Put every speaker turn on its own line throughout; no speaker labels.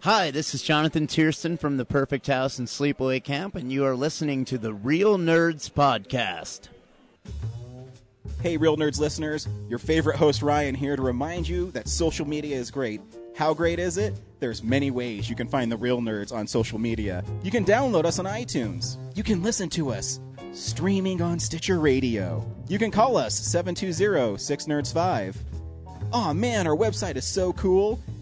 Hi, this is Jonathan Tiersten from the Perfect House and Sleepaway Camp, and you are listening to the Real Nerds Podcast.
Hey, Real Nerds listeners, your favorite host Ryan here to remind you that social media is great. How great is it? There's many ways you can find the Real Nerds on social media. You can download us on iTunes. You can listen to us streaming on Stitcher Radio. You can call us 720-6nerds5. Aw man, our website is so cool.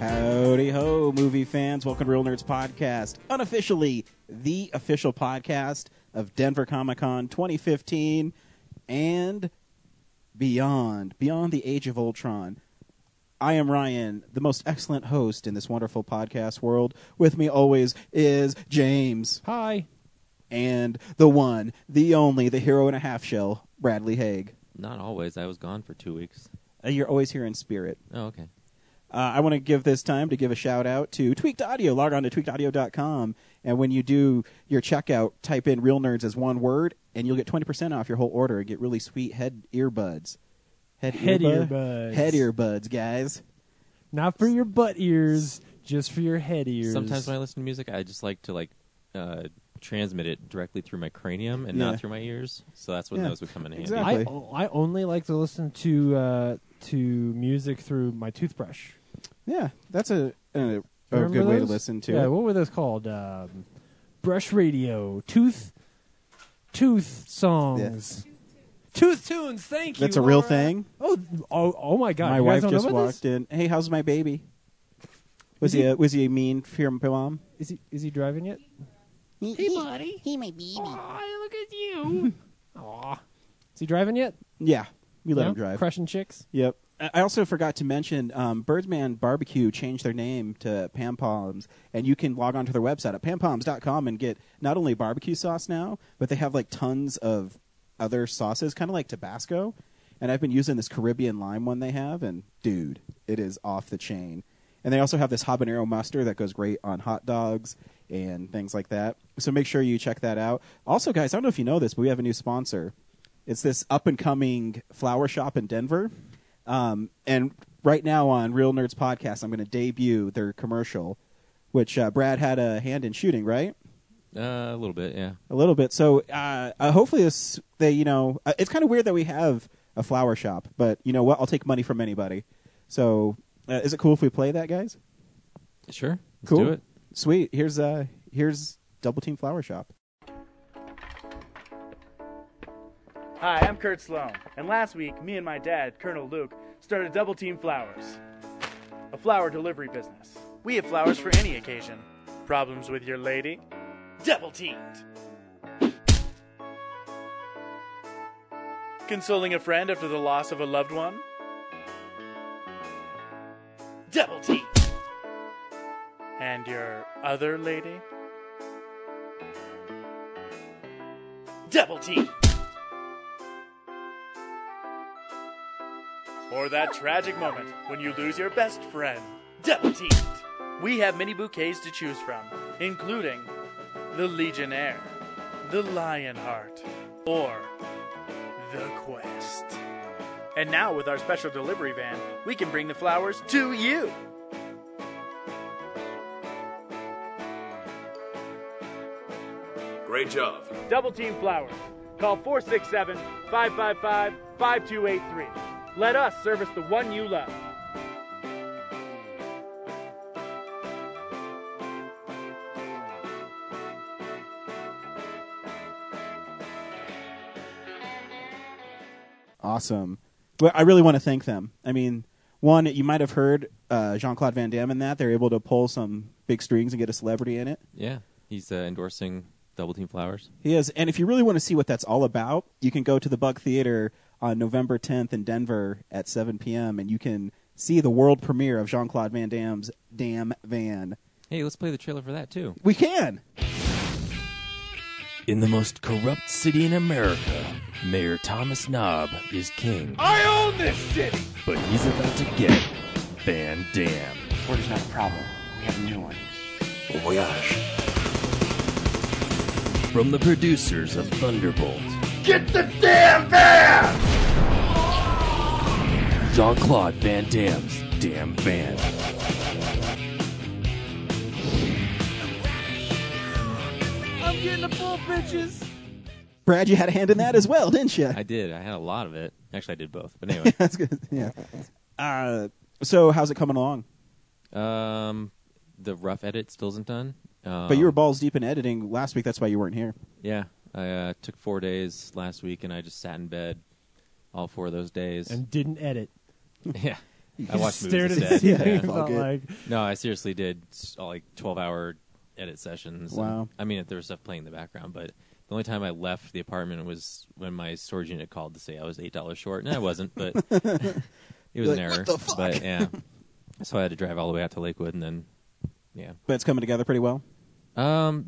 Howdy ho, movie fans. Welcome to Real Nerds Podcast, unofficially the official podcast of Denver Comic Con 2015 and beyond, beyond the age of Ultron. I am Ryan, the most excellent host in this wonderful podcast world. With me always is James
Hi.
and the one, the only, the hero and a half shell, Bradley Haig.
Not always. I was gone for two weeks.
Uh, You're always here in spirit.
Oh, okay.
Uh, I want to give this time to give a shout out to Tweaked Audio. Log on to tweakedaudio.com. And when you do your checkout, type in Real Nerds as one word, and you'll get 20% off your whole order and get really sweet head earbuds.
Head
earbud-
earbuds.
Head earbuds, guys.
Not for your butt ears, just for your head ears.
Sometimes when I listen to music, I just like to like uh, transmit it directly through my cranium and
Yeah.
not through my ears. So that's when
Yeah.
those would come in handy.
Exactly.
I, I only like to listen to uh, to music through my toothbrush.
Yeah, that's a, a, a
Remember
Oh, good way to
those?
listen to
Yeah,
it.
what were those called? Um, brush radio, tooth, tooth songs, tooth tunes. Thank you.
That's a real
Laura.
thing.
Oh, oh, oh my God!
my
you guys
wife
don't
just
know about this?
walked in. Hey, how's my baby? Was
Is
he, a, was he a mean fear mom?
Is he is he driving yet?
Hey, buddy. Hey, my baby.
Oh, look at you. Aw. Is he driving yet?
Yeah, we let
No?
him drive.
Crushing chicks.
Yep. I I also forgot to mention um, Birdman Barbecue changed their name to Pam Palms, and you can log on to their website at pampoms.com and get not only barbecue sauce now, but they have like tons of other sauces, kind of like Tabasco. And I've been using this Caribbean lime one they have, and dude, it is off the chain. And they also have this habanero mustard that goes great on hot dogs and things like that. So make sure you check that out. Also, guys, I don't know if you know this, but we have a new sponsor. It's this up and coming flower shop in Denver. Um, and right now on Real Nerds Podcast, I'm going to debut their commercial, which uh, Brad had a hand in shooting, right?
Uh, a little bit, yeah.
A little bit. So uh, uh, hopefully, this, they, you know, uh, it's kind of weird that we have a flower shop, but you know what? I'll take money from anybody. So uh, is it cool if we play that, guys?
Sure. Let's
cool.
do it.
Sweet. Here's uh, here's Double Team Flower Shop.
Hi, I'm Kurt Sloan, and last week, me and my dad, Colonel Luke, started Double Team Flowers, a flower delivery business. We have flowers for any occasion. Problems with your lady? Double teamed! Consoling a friend after the loss of a loved one? Double teamed! And your other lady? Double teamed! Or that tragic moment when you lose your best friend. Double teamed. We have many bouquets to choose from, including the Legionnaire, the Lionheart, or the Quest. And now, with our special delivery van, we can bring the flowers to you.
Great job.
Double Team Flowers. Call 467 555 5283. Let us service the one you love.
Awesome. Well, I really want to thank them. I mean, one, you might have heard uh, Jean Claude Van Damme in that. They're able to pull some big strings and get a celebrity in it.
Yeah. He's uh, endorsing Double Team Flowers.
He is. And if you really want to see what that's all about, you can go to the Buck Theater on November 10th in Denver at 7 p.m. and you can see the world premiere of Jean Claude Van Damme's Damn Van.
Hey, let's play the trailer for that too.
We can.
In the most corrupt city in America, Mayor Thomas Knob is king. I own this city! But he's about to get Van Dam.
Border's not a problem. We have a new one.
From the producers of Thunderbolt. Get the damn van! Jean Claude Van Damme's Damn Van.
Brad, you had a hand in that as well, didn't you?
I did. I had a lot of it. Actually, I did both. But anyway,
That's good. Yeah. Uh, so how's it coming along?
um, the rough edit still isn't done. Um,
but you were balls deep in editing last week. That's why you weren't here.
yeah. I uh, took four days last week, and I just sat in bed all four of those days.
and didn't edit.
yeah, I watched
stared
movies
at the
instead.
ceiling
Yeah.
and felt
good.
like
No, I seriously did s- all, like twelve hour edit sessions. And,
Wow.
I mean, if there was stuff playing in the background, but the only time I left the apartment was when my storage unit called to say I was eight dollars short, and I wasn't, but it was
You're
an
like,
error.
"What the fuck?"
But yeah, so I had to drive all the way out to Lakewood, and then yeah,
But it's coming together pretty well.
um,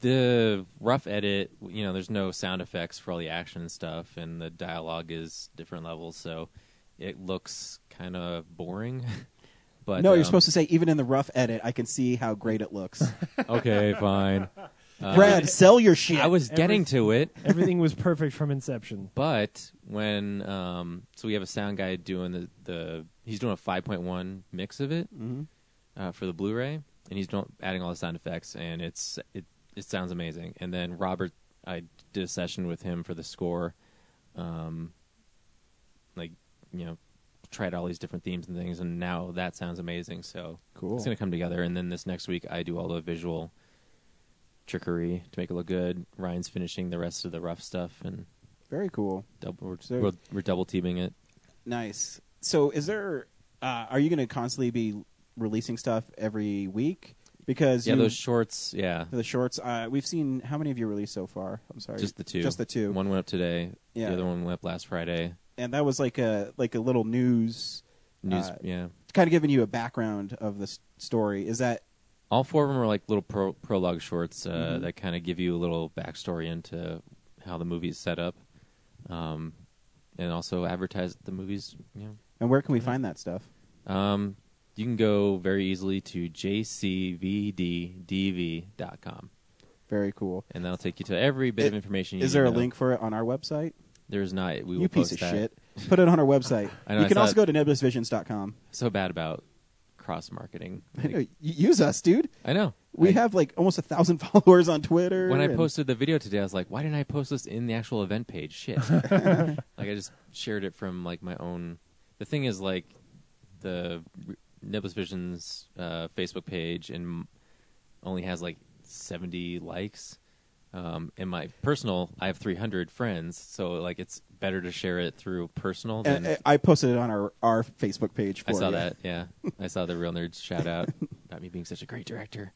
the rough edit, you know, there's no sound effects for all the action and stuff, and the dialogue is different levels, so it looks kind of boring. But
no, you're
um,
supposed to say even in the rough edit, I can see how great it looks.
Okay, fine.
Brad, sell your shit.
Uh, I was getting to it,
everything was perfect from inception.
but when um, so we have a sound guy doing the, the he's doing a 5.1 mix of it uh, for the Blu-ray, and he's doing, adding all the sound effects, and it's it it sounds amazing. And then Robert, I did a session with him for the score, um, like you know, tried all these different themes and things, and now that sounds amazing. So
Cool.
it's gonna come together. And then this next week, I do all the visual trickery to make it look good. Ryan's finishing the rest of the rough stuff, and
Very cool.
Double, we're,
So-
we're, we're double teaming it.
Nice. So, is there? Uh, are you going to constantly be releasing stuff every week? Because
Yeah,
you-
those shorts. Yeah,
the shorts. Uh, we've seen how many of you released so far? I'm sorry,
just the two.
Just the two.
One went up today.
Yeah.
The other one went up last Friday.
And that was like a like a little news,
News.
Uh,
yeah.
kind of giving you a background of the s- story. Is that
All four of them are like little pro- prologue shorts uh,
Mm-hmm.
that kind of give you a little backstory into how the movie is set up, um, and also advertise the movies. You
and where can
Mm-hmm.
we find that stuff?
know, um, you can go very easily to jcvddv.com,
Very cool.
and that'll take you to every bit of
It-
information. you
Is
need
there
to
a
know.
link for it on our website?
There's not. We will
you piece of
post that.
shit. Put it on our website.
I know,
you
I
can
saw
also
it.
go to nebulousvisions.com.
So bad about cross marketing.
I know, y- use us, dude.
I know.
We
I-
have like almost a thousand followers on Twitter.
when I
and-
posted the video today, I was like, why didn't I post this in the actual event page? Shit. like I just shared it from like my own. The thing is like the R- Nebulous Visions uh, Facebook page and m- only has like 70 likes. Um, and my personal, I have 300 friends, so like it's better to share it through personal than
and, and I posted it on our, our Facebook page. For
I saw
you.
that. Yeah, I saw the real nerds shout out about me being such a great director.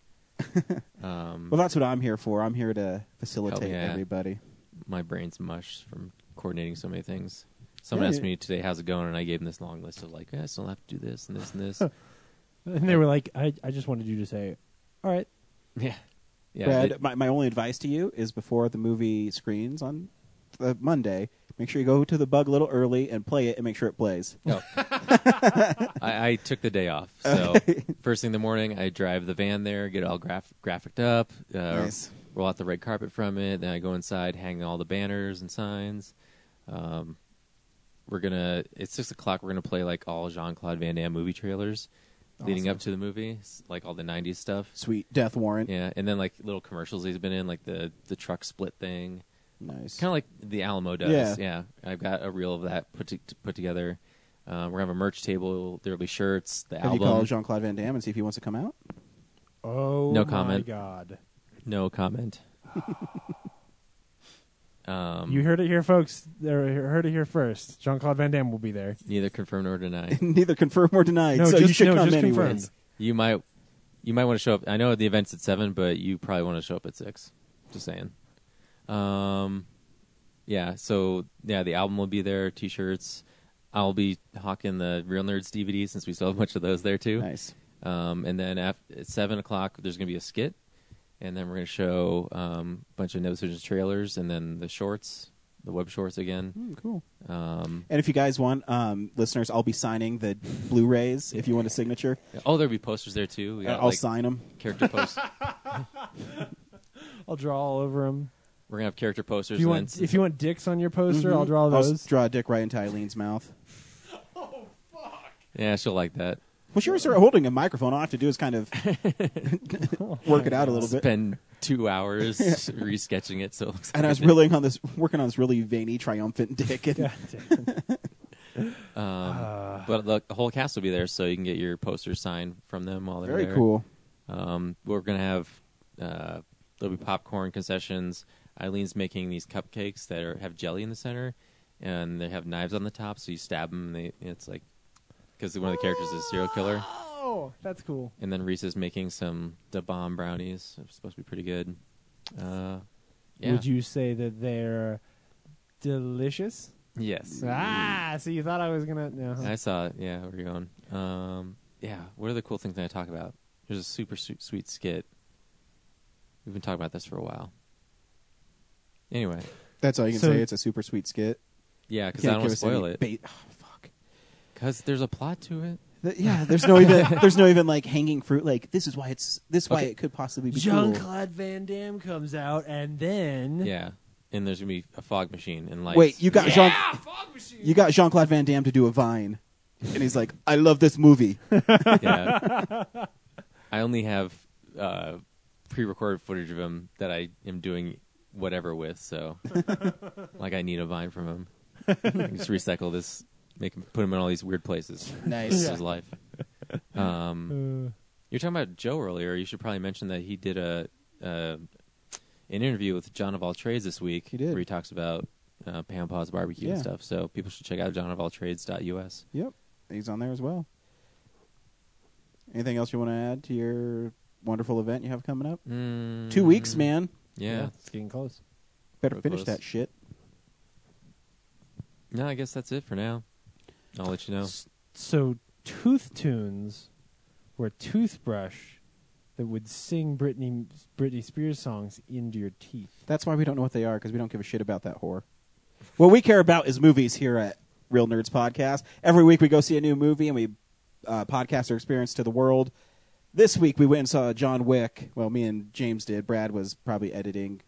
Um,
Well, that's what I'm here for. I'm here to facilitate
yeah.
everybody.
my brain's mush from coordinating so many things. Someone
Yeah,
asked
you-
me today, "How's it going?" and I gave them this long list of like, "Yeah, I still have to do this and this and this."
And they were like, I, I just wanted you to say, all right,
yeah, yeah.
Brad,
it-
my, my only advice to you is before the movie screens on uh, Monday, make sure you go to the bug a little early and play it and make sure it plays.
no. I, I took the day off, so first thing in the morning, I drive the van there, get it all graph- graphicked up, uh,
Nice.
roll out the red carpet from it. Then I go inside, hang all the banners and signs. Um, we're gonna. It's six o'clock. We're gonna play like all Jean Claude Van Damme movie trailers, leading up to the movie, s- like all the '90s stuff.
Sweet death warrant.
Yeah, and then like little commercials he's been in, like the the truck split thing,
Nice.
kind of like the Alamo does.
Yeah.
I've got a reel of that put to, put together. Uh, we're gonna have a merch table. There'll be shirts, the
Have
album.
you called Jean Claude Van Damme and see if he wants to come out?
oh
No
my
comment.
God.
no comment. um,
You heard it here, folks. There- You heard it here first. Jean Claude Van Damme will be there.
neither confirm nor deny.
Neither confirm or deny.
No,
so you
just-
should
no,
come
just
anyway.
confirmed.
you might you might want to show up. I know the event's at seven, but you probably want to show up at six. Just saying. Um, yeah. So yeah, the album will be there. T-shirts. I'll be hawking the Real Nerds DVD since we still have a bunch of those there too.
Nice.
Um, and then af at seven o'clock, there's going to be a skit, and then we're going to show um, a bunch of No Decisions trailers, and then the shorts, the web shorts again.
Mm, cool.
Um,
And if you guys want, um, listeners, I'll be signing the Blu-rays if you want a signature.
oh, there'll be posters there too. We got
Uh, I'll
like
sign them.
character posts.
I'll draw all over him.
we're gonna have character posters.
If you
and
want,
then,
if you want dicks on your poster, I'll draw
Mm-hmm. I'll s-
those.
draw a dick right into Eileen's mouth.
yeah, she'll like that.
Well, she already started holding a microphone. All I have to do is kind of work it out a little bit.
Spend two hours resketching it, so it looks
And I was
like-
really on this, working on this really veiny, triumphant dick. And
But the, the whole cast will be there, so you can get your poster signed from them while they're
very
there.
cool.
Um, we're gonna have uh, there'll be popcorn concessions. Eileen's making these cupcakes that are, have jelly in the center, and they have knives on the top, so you stab them. And they, it's like because one of the characters is a serial killer,
Oh, that's cool.
and then Reese is making some da bomb brownies. They're supposed to be pretty good. Uh, yeah.
Would you say that they're delicious?
Yes.
Ah, so you thought I was gonna? No.
I saw it. Yeah, where you going? Um, yeah. What are the cool things that I talk about? There's a super su- sweet skit. We've been talking about this for a while. Anyway,
That's all you can
So-
say. It's a super sweet skit.
yeah, because
Can't
I don't want
give
to
us any
spoil it.
bait- oh, fuck.
Because there's a plot to it.
Th- yeah, there's no even there's no even like hanging fruit. Like this is why it's this why
Okay.
it could possibly be
Jean
cool.
Claude Van Damme comes out, and then
Yeah, and there's gonna be a fog machine and lights.
Wait, you got Jean you got Jean Claude Van Damme to do a vine, and he's like, "I love this movie."
Yeah. I only have uh, pre-recorded footage of him that I am doing whatever with. So, like, I need a vine from him. I can just recycle this, make him put him in all these weird places.
Nice.
This is his life. Um, you're talking about Joe earlier. You should probably mention that he did a, uh an interview with John of All Trades this week.
He did.
where he talks about uh, Pam Paw's barbecue and
Yeah.
stuff. So people should check out johnofalltrades.us.
Yep, he's on there as well. Anything else you want to add to your wonderful event you have coming up?
Mm,
Two weeks, man.
Yeah.
it's getting close.
Better
We're
finish
close.
that shit.
No, I guess that's it for now. I'll let you know.
So Tooth Tunes were a toothbrush that would sing Britney Britney Spears songs into your teeth.
That's why we don't know what they are because we don't give a shit about that whore. What we care about is movies here at Real Nerds Podcast. Every week we go see a new movie and we uh, podcast our experience to the world. This week we went and saw John Wick. Well, me and James did. Brad was probably editing.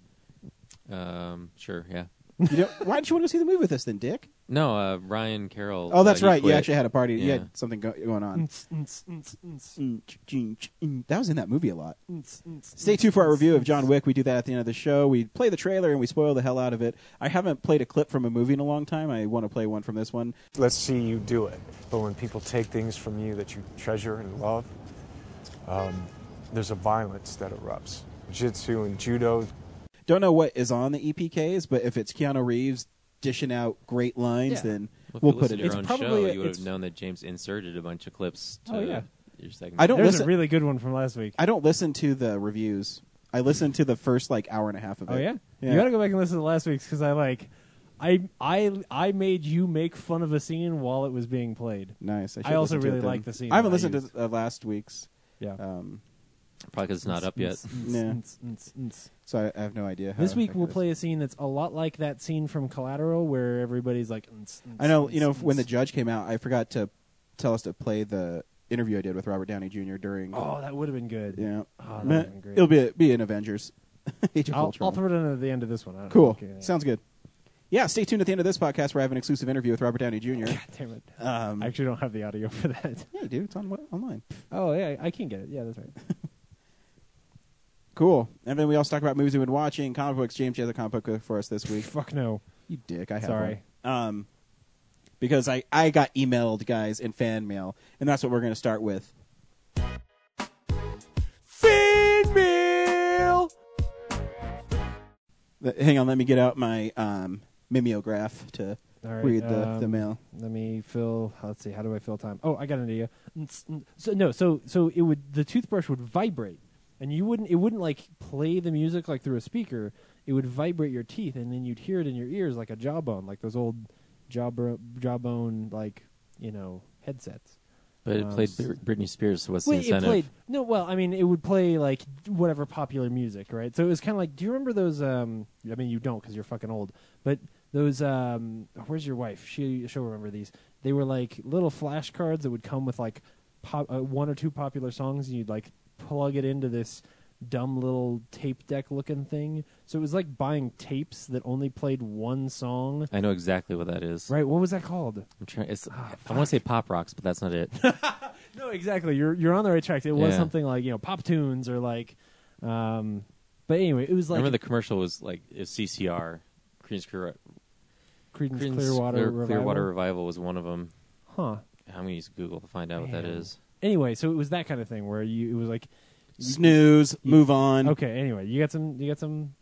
Um, sure, yeah.
You know, why did you want to go see the movie with us then, Dick?
No, uh, Ryan Carroll.
Oh, that's
uh, he
right. You
quit.
actually had a party. You
Yeah.
had something go- going on.
Mm.
That was in that movie a lot. Stay
Stay
tuned for our review of
Mm.
John Wick. We do that at the end of the show. We play the trailer and we spoil the hell out of it. I haven't played a clip from a movie in a long time. I want to play one from this one.
Let's see you do it. But when people take things from you that you treasure and love, um, there's a violence that erupts. Jiu-jitsu and judo.
Don't know what is on the EPKs, but if it's Keanu Reefs dishing out great lines,
Yeah.
then
Well, if
we'll
you
put
listened
it
to your
in.
It's
own
probably
show,
a-
you would have
it's-
known that James inserted a bunch of clips to
Oh, yeah.
your segment.
I don't
There's a
listen-
really good one from last week.
I don't listen to the reviews. I listen to the first like hour and a half of it.
Oh yeah? you gotta go back and listen to last week's because I like, I I I made you make fun of a scene while it was being played.
Nice. I,
I
should
also
listen to it
really
then.
like the scene
I haven't
that I
listened
used.
to uh, last week's,
Yeah.
um,
Probably 'cause it's not up yet.
Yeah. so I, I have no idea. How
This week we'll
effective it is.
play a scene that's a lot like that scene from Collateral where everybody's like, "Ns, ns,
I know. You know,
ns,
when the
ns."
judge came out, I forgot to tell us to play the interview I did with Robert Downey Jr. during.
Oh, that would have been good.
yeah.
Oh, that
Meh.
would've been great.
It'll be be in Avengers. Age of
I'll,
Ultron.
I'll throw it in at the end of this one. I don't
Cool.
know. Okay.
Sounds good. Yeah, stay tuned at the end of this podcast where I have an exclusive interview with Robert Downey Jr.
God damn it!
Um,
I actually don't have the audio for that.
yeah, dude, it's on online.
Oh yeah, I can get it. Yeah, that's right.
Cool. And then we also talk about movies we've been watching, comic books. James, you have a comic book for us this week.
Fuck no.
you dick. I have
Sorry.
one. Um, because I, I got emailed, guys, in fan mail, and that's what we're going to start with. Fan mail! Hang on, let me get out my um, mimeograph to
All right,
read the, the
um,
mail.
Let me fill. Let's see. How do I fill time? Oh, I got an idea. So no. So so it would the toothbrush would vibrate, and you wouldn't it wouldn't like play the music like through a speaker it would vibrate your teeth and then you'd hear it in your ears like a jawbone like those old jawbone jawbone like you know headsets
But it
Um,
played
s-
Br- Britney Spears, so what's
Wait,
the incentive?
It played, no, well, I mean, it would play like whatever popular music, right? So it was kind of like, do you remember those? Um, I mean, you don't because you're fucking old. But those, um, where's your wife? She she'll remember these. They were like little flashcards that would come with like pop, uh, one or two popular songs, and you'd like plug it into this dumb little tape deck looking thing. So it was like buying tapes that only played one song.
I know exactly what that is.
Right? What was that called?
I'm trying. It's,
Ah,
I want to say pop rocks, but that's not it.
No, exactly. You're you're on the right track. It was
Yeah.
something like you know pop tunes or like, um, but anyway, it was like
Remember the commercial was like is CCR, Creedence Clear-
Creedence
Creedence
Clearwater
Clear-
Revival.
Clearwater Revival was one of them.
huh?
I'm gonna use Google to find out what that
Man.
is.
Anyway, so it was that kind of thing where you it was like
Snooze. Move on.
okay. Anyway, you got some you got some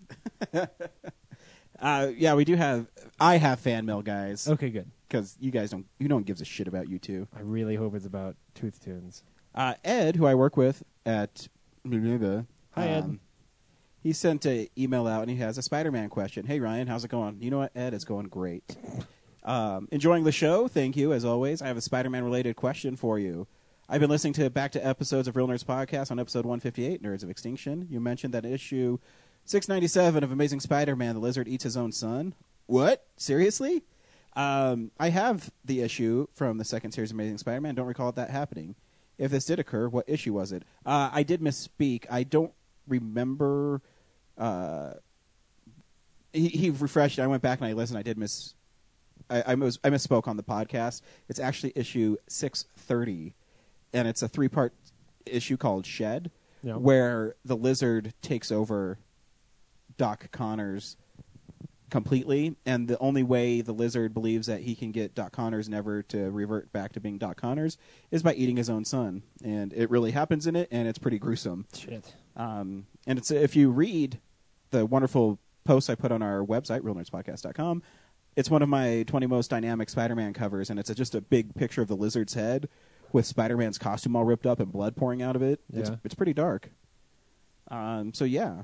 Uh, yeah, we do have. I have fan mail, guys,
okay good.
because you guys don't. You don't gives a shit about you two.
I really hope it's about Tooth Tunes.
Uh, Ed, who I work with at Hi
Hi, Ed.
He sent an email out and he has a Spider-Man question. Hey Ryan, how's it going? You know what, Ed, it's going great. Um, enjoying the show, thank you as always. I have a Spider-Man related question for you. I've been listening to back to episodes of Real Nerds podcast on episode 158, Nerds of Extinction. You mentioned that issue 697 of Amazing Spider-Man: The Lizard Eats His Own Son. What? Seriously? Um, I have the issue from the second series of Amazing Spider-Man. Don't recall that happening. If this did occur, what issue was it? Uh, I did misspeak. I don't remember. Uh, he, he refreshed. I went back and I listened. I did miss. I, I, mis- I misspoke on the podcast. It's actually issue six thirty, and it's a three part issue called Shed,
Yeah.
where the lizard takes over Doc Connors completely, and the only way the lizard believes that he can get Doc Connors never to revert back to being Doc Connors is by eating his own son, and it really happens in it, and it's pretty gruesome.
Shit.
Um, and it's if you read the wonderful post I put on our website, realnerdspodcast.com, it's one of my 20 most dynamic Spider-Man covers, and it's a, just a big picture of the lizard's head with Spider-Man's costume all ripped up and blood pouring out of it.
Yeah.
It's, it's pretty dark. Um, so yeah,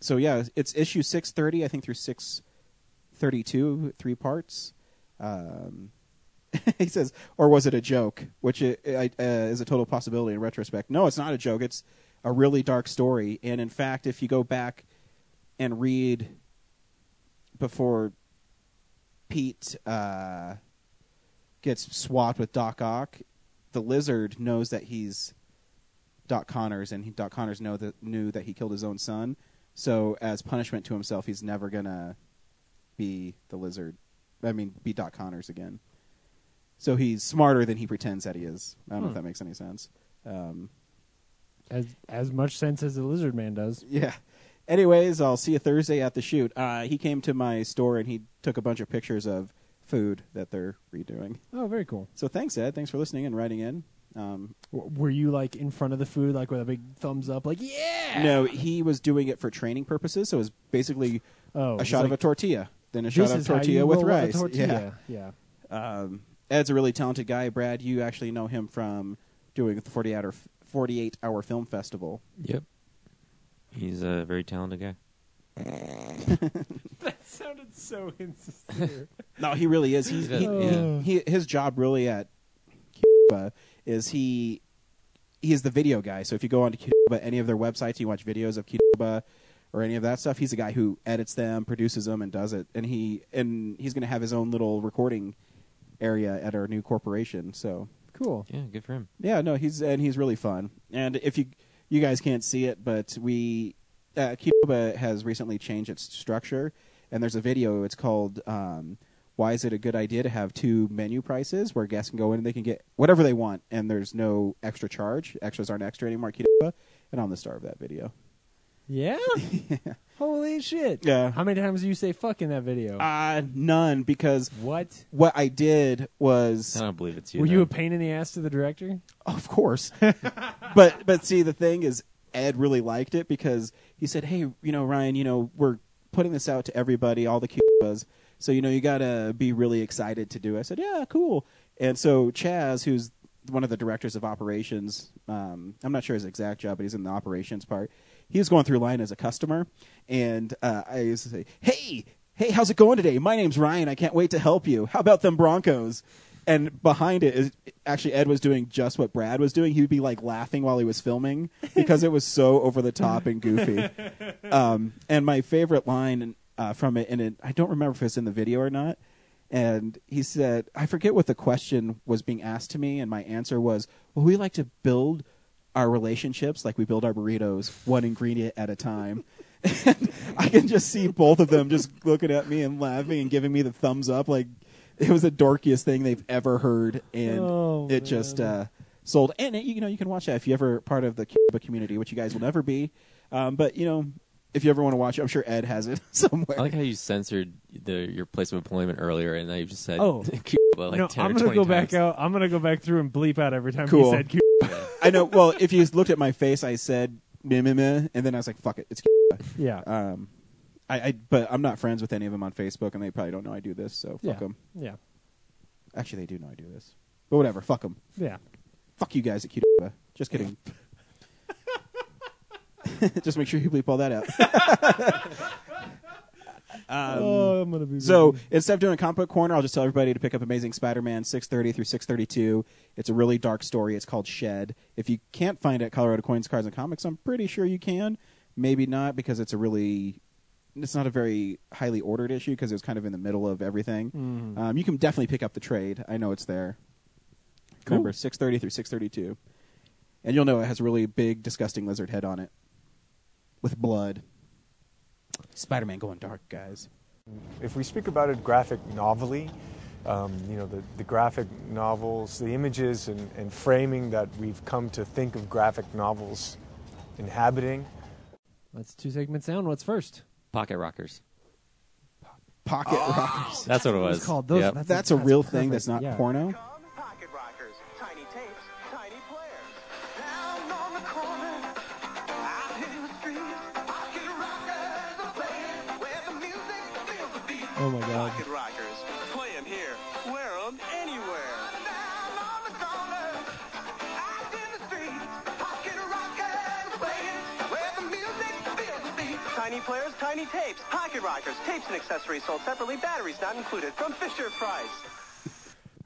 so yeah, it's issue 630, I think, through 632, three parts. Um, he says, or was it a joke? Which i i uh, is a total possibility in retrospect. No, it's not a joke. It's a really dark story. And in fact, if you go back and read before Pete uh, gets swapped with Doc Ock, the lizard knows that he's Doc Connors, and he, Doc Connors know that knew that he killed his own son. So as punishment to himself, he's never gonna be the lizard. I mean, be Doc Connors again. So he's smarter than he pretends that he is. I don't know if
Hmm.
that makes any sense. Um,
As as much sense as the lizard man does.
yeah. Anyways, I'll see you Thursday at the shoot. Uh, he came to my store and he took a bunch of pictures of food that they're redoing.
Oh, very cool.
So thanks, Ed. Thanks for listening and writing in. Um,
W- were you like in front of the food like with a big thumbs up like yeah?
No, he was doing it for training purposes. So it was basically
Oh,
a
it's
shot of a
like,
tortilla, then a shot
This
of
is how you
tortilla with
roll out a
rice.
tortilla. yeah.
Um, Ed's a really talented guy. Brad, you actually know him from doing the 48 hour, 48 hour film festival.
Yep. He's a very talented guy.
That sounded so insincere.
No, he really is. He's,
Yeah,
he,
yeah.
he, his job really at Cuba is he he is the video guy. So if you go onto Cuba, any of their websites, you watch videos of Cuba or any of that stuff. He's the guy who edits them, produces them, and does it. And he and he's going to have his own little recording area at our new corporation. So
cool.
Yeah, good for him.
yeah, no, he's and he's really fun. And if you you guys can't see it, but we uh, Cuba has recently changed its structure, and there's a video. It's called um, "Why Is It a Good Idea to Have Two Menu Prices?" Where guests can go in and they can get whatever they want, and there's no extra charge. Extras aren't extra anymore. at Cuba, and I'm the star of that video.
Yeah? Holy shit.
Yeah.
How many times do you say fuck in that video?
Uh, none because
what?
what I did was
I don't believe it's you.
Were you
uh,
a
though.
pain in the ass to the director?
Of course. but but see the thing is Ed really liked it because he said, "Hey, you know, Ryan, you know, we're putting this out to everybody, all the Cubas. So, you know, you got to be really excited to do." It. I said, "Yeah, cool." And so Chaz, who's one of the directors of operations, um, I'm not sure his exact job, but he's in the operations part. he was going through line as a customer, and uh, I used to say, "Hey, hey, how's it going today? My name's Ryan. I can't wait to help you. How about them Broncos?" And behind it is actually Ed was doing just what Brad was doing. He would be like laughing while he was filming because it was so over the top and goofy. Um, and my favorite line uh, from it, and it, I don't remember if it's in the video or not. And he said, I forget what the question was being asked to me, and my answer was, "Well, we like to build our relationships like we build our burritos, one ingredient at a time." and I can just see both of them just looking at me and laughing and giving me the thumbs up, like it was the dorkiest thing they've ever heard, and
Oh,
it just
man.
Mm-hmm.
uh, sold. And it, you know, you can watch that if you ever part of the Cuba community, which you guys will never be. Um, but you know, if you ever want to watch, it, I'm sure Ed has it somewhere.
I like how you censored the, your place of employment earlier, and now you just said
Oh.
Cuba like
no,
10
I'm
or
gonna
20
go
times.
back out. I'm gonna go back through and bleep out every time
Cool.
he said. Q-
I know. Well, if you looked at my face, I said meh meh meh, and then I was like, "Fuck it, it's." Cuba."
yeah,
Um, I, I but I'm not friends with any of them on Facebook, and they probably don't know I do this, so fuck
yeah,
them.
yeah,
Actually, they do know I do this, but whatever. Fuck them.
yeah.
Fuck you guys at Cuba. Just kidding. Just make sure you bleep all that out.
oh, I'm gonna be
Um, So instead of doing a comic book corner, I'll just tell everybody to pick up Amazing Spider-Man 630 through 632. It's a really dark story. It's called Shed. If you can't find it at Colorado Coins, Cards, and Comics, I'm pretty sure you can. Maybe not because it's a really it's not a very highly ordered issue because it was kind of in the middle of everything. Um, you can definitely pick up the trade. I know it's there. Remember 630 through 632, and you'll know it has a really big, disgusting lizard head on it with blood. Spider-Man going dark, guys.
If we speak about it graphic novelly, um, you know, the, the graphic novels, the images and, and framing that we've come to think of graphic novels inhabiting,
that's two segments down. What's first?
Pocket rockers.
Pocket rockers.
That's what it was.
It's called those.
Yep.
Ah, That's,
That's a real thing
perfect,
that's not
yeah.
porno.
Pocket rockers, tiny tapes, tiny players. Down on the corner, out in the street, pocket rockers are playing where the music feels the beat.
Oh my god.
Pocket rockers, play 'em here, wear 'em anywhere. Down on the corner, out in the street, pocket rockers are playing where the music feels the beat. Tiny players, tiny tapes, pocket rockers, tapes and accessories sold separately, batteries not included from Fisher Price.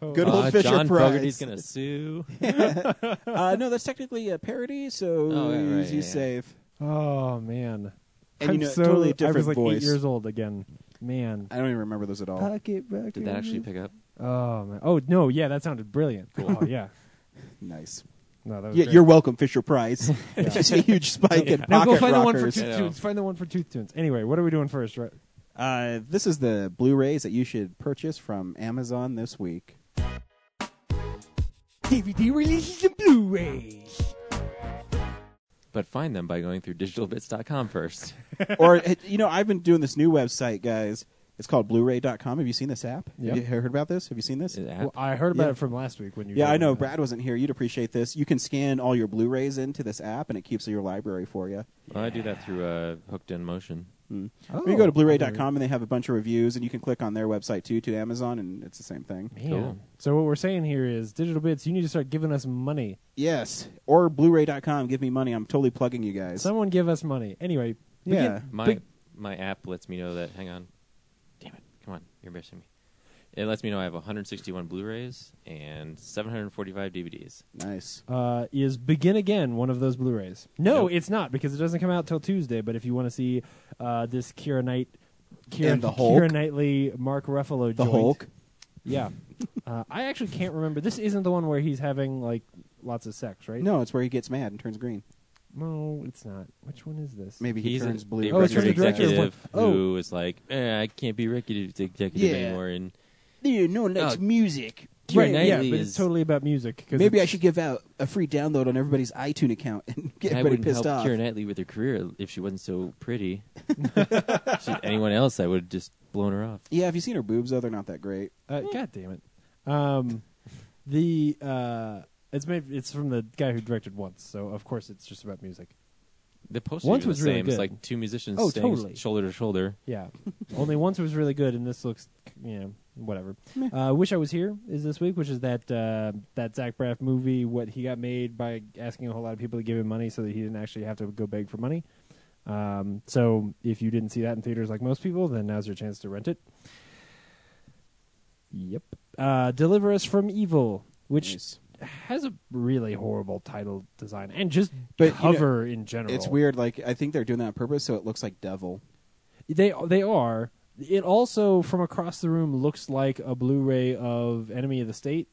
Good old
Uh,
Fisher
John
Price.
Fogerty's gonna sue.
Uh, no, that's technically a parody, so
Oh, yeah, right,
you
yeah, yeah.
save.
Oh man.
And you
I'm
know,
so,
totally
I was
different
like
voice.
eight years old again. Man.
I don't even remember those at all.
Did that actually pick up?
Oh man. Oh no. Yeah, that sounded brilliant. Cool. yeah.
nice.
No, that was
Yeah,
great.
you're welcome, Fisher Price. It's just a huge spike in pocket
Now go find the one for
rockers.
Tooth
Yeah.
Tunes. Find the one for Tooth Tunes. Anyway, what are we doing first? Right?
Uh, this is the Blu-rays that you should purchase from Amazon this week.
DVD releases and Blu-rays.
But find them by going through digitalbits.com first.
or you know, I've been doing this new website, guys. It's called Blu-ray.com. Have you seen this app?
Yeah.
Have you heard about this? Have you seen this?
Is it app?
Well, I heard about
Yeah.
it from last week when you.
Yeah,
told
I
me
know.
that.
Brad wasn't here. You'd appreciate this. You can scan all your Blu-rays into this app, and it keeps your library for you.
Well, I do that through uh, Hooked in Motion.
Oh,
Or you go to
okay.
Blu-ray.com and they have a bunch of reviews, and you can click on their website too, to Amazon, and it's the same thing.
Man.
Cool.
So what we're saying here is, digital bits, you need to start giving us money.
Yes, or Blu-ray.com. Give me money. I'm totally plugging you guys.
Someone give us money. Anyway. begin-
yeah,
My
Big-
my app lets me know that. Hang on, damn it! Come on, you're embarrassing me. It lets me know I have 161 Blu-rays and 745 DVDs.
nice.
uh, is Begin Again one of those Blu-rays? No,
Nope.
it's not because it doesn't come out till Tuesday. But if you want to see uh, this Kira Knight, Kira,
And the Hulk.
Keira Knightley, Mark Ruffalo,
The
joint,
Hulk.
yeah. uh, I actually can't remember. This isn't the one where he's having like lots of sex, right?
No, it's where he gets mad and turns green.
no, it's not. Which one is this?
Maybe he
He's
turns
a,
blue.
a
Oh, it's
record
from the director of
executive
one- oh.
who was like, eh, I can't be record executive
Yeah.
anymore. And
Dude, no one
likes Oh.
music.
right,
Keira
yeah,
Knightley
but
is
it's totally about music. 'cause
Maybe I
it's-
should give out a free download on everybody's iTunes account and get
I
everybody
wouldn't
pissed
help
off.
Keira Knightley with her career if she wasn't so pretty. She- anyone else, I would have just blown her off.
Yeah, have you seen her boobs though? They're not that great.
Uh, God damn it. Um, the uh, it's made. It's from the guy who directed Once, so of course it's just about music.
The poster
Once was
was, the
really
same. It's
good.
like two musicians
Oh,
standing
totally.
shoulder to shoulder.
Yeah. Only once was really good, and this looks, you know, whatever. Uh, Wish I Was Here is this week, which is that uh, that Zach Braff movie. What he got made by asking a whole lot of people to give him money, so that he didn't actually have to go beg for money. Um, so if you didn't see that in theaters like most people, then now's your chance to rent it. Yep. Uh, Deliver Us from Evil, which has a really horrible title design and just
But, you know,
cover in general.
It's weird. Like I think they're doing that on purpose, so it looks like devil.
They they are. It also from across the room looks like a Blu-ray of Enemy of the State.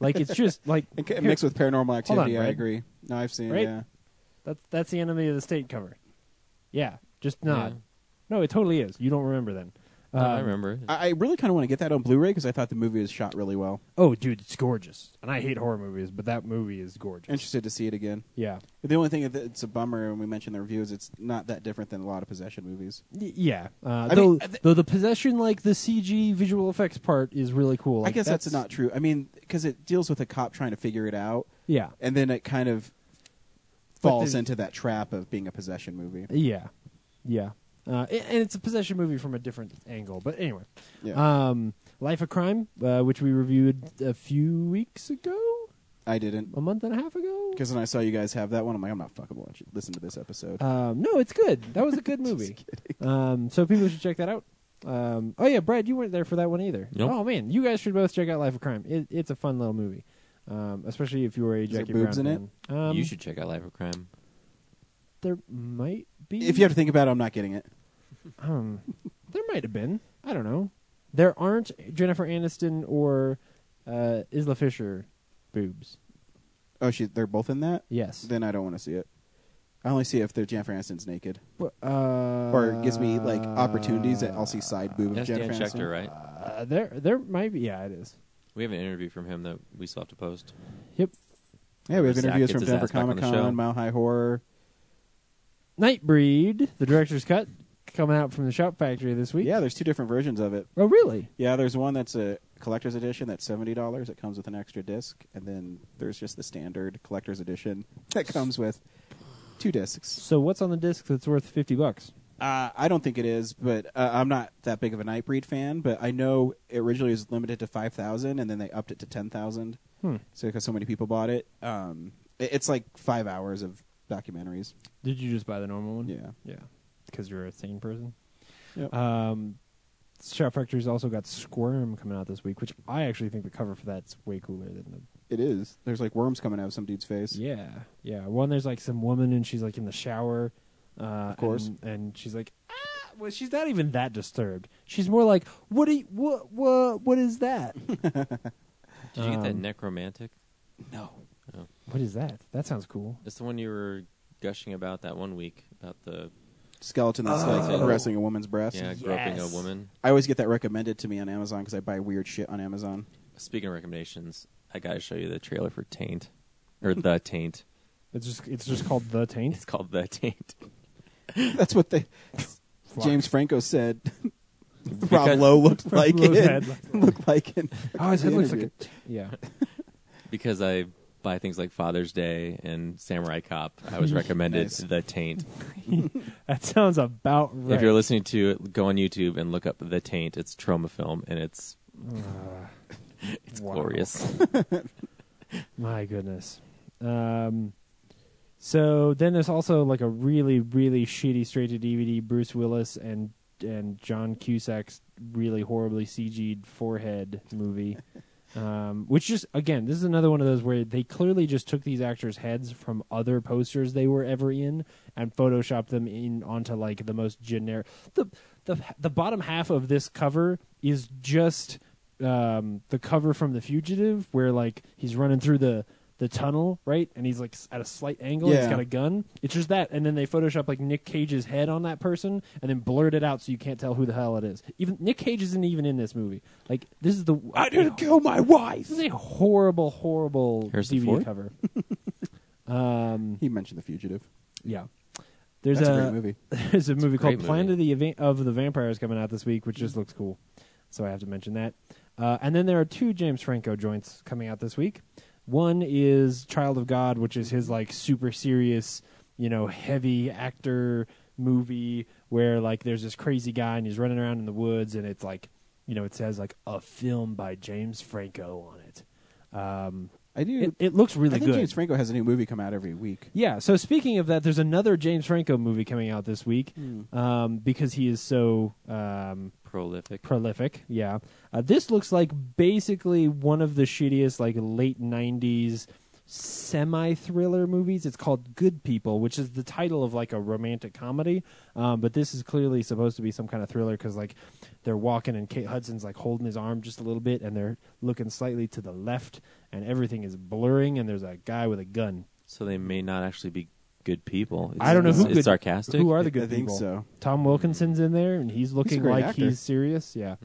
like it's just like
It, it mixed with paranormal
Hold on,
activity. I
Brad.
agree. No, I've seen.
Right?
Yeah.
That's that's the enemy of the state cover. Yeah, just nod.
Yeah.
No, it totally is. You don't remember then.
No, I
Um,
remember. it.
I, I really kind of want to get that on Blu-ray because I thought the movie was shot really well.
Oh, dude, it's gorgeous. And I hate horror movies, but that movie is gorgeous.
Interested to see it again.
Yeah,
The only thing that it's a bummer, and we mentioned the reviews, it's not that different than a lot of possession movies.
Y- yeah. Uh,
I
though,
mean, th-
though the possession, like the CG visual effects part, is really cool.
I
Like,
guess that's, not true. I mean, because it deals with a cop trying to figure it out,
Yeah,
and then it kind of falls
there's-
into that trap of being a possession movie.
yeah, yeah. Uh, a- and it's a possession movie from a different angle. But anyway,
Yeah,
um, Life of Crime, uh, which we reviewed a few weeks ago,
I didn't
a month and a half ago.
because when I saw you guys have that one, I'm like, I'm not fucking watching. Listen to this episode.
Um, no, it's good. That was a good movie. um, so people should check that out. Um, oh yeah, Brad, you weren't there for that one either.
Nope.
Oh man, you guys should both check out Life of Crime. It, it's a fun little movie, um, especially if you were a
there
Jackie
boobs
Brown
in
fan. Um,
you should check out Life of Crime.
There might be.
if you have to think about it, I'm not getting it.
um, there might have been. I don't know. There aren't Jennifer Aniston or uh, Isla Fisher boobs.
Oh, she, they're both in that.
Yes.
Then I don't want to see it. I only see it if they're Jennifer Aniston's naked,
But, uh,
or it gives me like opportunities that I'll see side boob of
That's Dan
Jennifer
Schechter,
Aniston.
right?
Uh, there, there might be. Yeah, it is.
We have an interview from him that we still have to post.
Yep.
Yeah, we have
Zach
interviews
gets
from
his
Denver
ass back on
Comic
the
Con,
show.
Mile High Horror.
Nightbreed, the director's cut, coming out from the Shop Factory this week.
Yeah, there's two different versions of it.
Oh, really?
Yeah, there's one that's a collector's edition that's seventy dollars. It comes with an extra disc, and then there's just the standard collector's edition that comes with two discs.
So what's on the disc that's worth fifty bucks?
Uh, I don't think it is, but uh, I'm not that big of a Nightbreed fan. But I know it originally was limited to five thousand, and then they upped it to ten thousand.
Hmm.
So because so many people bought it, um, it- it's like five hours of documentaries.
Did you just buy the normal one?
Yeah.
yeah, because you're a sane person.
Yep.
Uh,
Um, Shop Factory's also got Squirm coming out this week, which I actually think the cover for that's way cooler than the.
It is. There's like worms coming out of some dude's face.
Yeah, yeah. One there's like some woman and she's like in the shower. Uh, of
course.
and, and she's like, ah, well, she's not even that disturbed. She's more like, what? do you, what? What? What is that?
Did you get that
Um,
necromantic?
No.
what is that? That sounds cool.
It's the one you were gushing about that one week about the
Skeleton that's like
Oh.
caressing a woman's breast.
yeah groping a
Yes.
woman.
I always get that recommended to me on Amazon because I buy weird shit on Amazon.
Speaking of recommendations, I got to show you the trailer for Taint or The Taint.
It's just it's just called the taint.
It's called The Taint.
That's what they,
Fuck.
James Franco said. Rob
Because-
Lowe looked like
Lowe's
it.
head looked
Looked like it.
Oh, his head looks like a
interview.
t- yeah.
Because I buy things like Father's Day and Samurai Cop, I was recommended
Nice.
The Taint.
That sounds about right.
If you're listening to it, go on YouTube and look up The Taint. It's Troma Film and it's it's
Uh, wow.
glorious.
My goodness. Um, so then there's also like a really really shitty straight to DVD Bruce Willis and and John Cusack's really horribly CG'd forehead movie. Um, which just again, this is another one of those where they clearly just took these actors' heads from other posters they were ever in and photoshopped them in onto like the most generic. The the the bottom half of this cover is just um, the cover from The Fugitive, where like he's running through the the tunnel, right, and he's like s- at a slight angle. and He's
Yeah.
got a gun. It's just that, and then they Photoshop like Nick Cage's head on that person, and then blurred it out so you can't tell who the hell it is. Even Nick Cage isn't even in this movie. Like this is the
I didn't kill my wife.
this is a horrible, horrible
Harrison
DVD
Ford?
cover.
He mentioned The Fugitive.
Yeah, there's
That's a great movie.
There's a movie
great
called Planet of
movie.
the Eva- of the Vampires coming out this week, which just looks cool. So I have to mention that. Uh, and then there are two James Franco joints coming out this week. One is Child of God, which is his like super serious, you know, heavy actor movie where like there's this crazy guy and he's running around in the woods and it's like, you know, it says like a film by James Franco on it. Um,
I do.
It, it looks really
I think
good.
James Franco has a new movie come out every week.
Yeah. So speaking of that, there's another James Franco movie coming out this week um, because he is so um,
prolific.
Prolific. Yeah. Uh, this looks like basically one of the shittiest like late '90s semi thriller movies. It's called Good People, which is the title of like a romantic comedy. Um, but this is clearly supposed to be some kind of thriller because like they're walking and Kate Hudson's like holding his arm just a little bit and they're looking slightly to the left and everything is blurring and there's a guy with a gun.
So they may not actually be good people.
I don't know who
It's
good,
sarcastic.
Who are the good
I think
people?
so.
Tom Wilkinson's in there, and he's looking
great
like
actor.
he's serious. Yeah.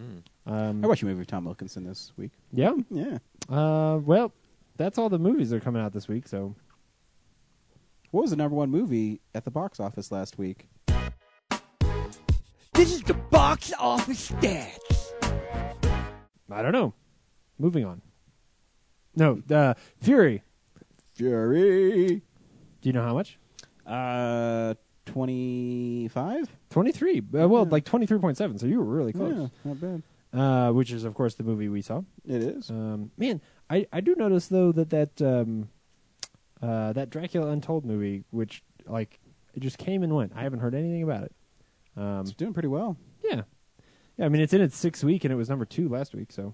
Um,
I watched a movie with Tom Wilkinson this week.
yeah.
Yeah.
Uh, well, that's all the movies that are coming out this week. So
What was the number one movie at the box office last week?
This is the box office stats.
I don't know. Moving on. No, uh, Fury.
Fury.
Do you know how much?
Uh, twenty-five.
Twenty-three. Uh, well, like twenty-three point seven. So you were really close.
not bad.
Uh, which is, of course, the movie we saw.
It is.
Um, man, I, I do notice though that that um, uh, that Dracula Untold movie, which like it just came and went. I haven't heard anything about it. Um,
it's doing pretty well.
yeah, yeah. I mean, it's in its sixth week, and it was number two last week. So,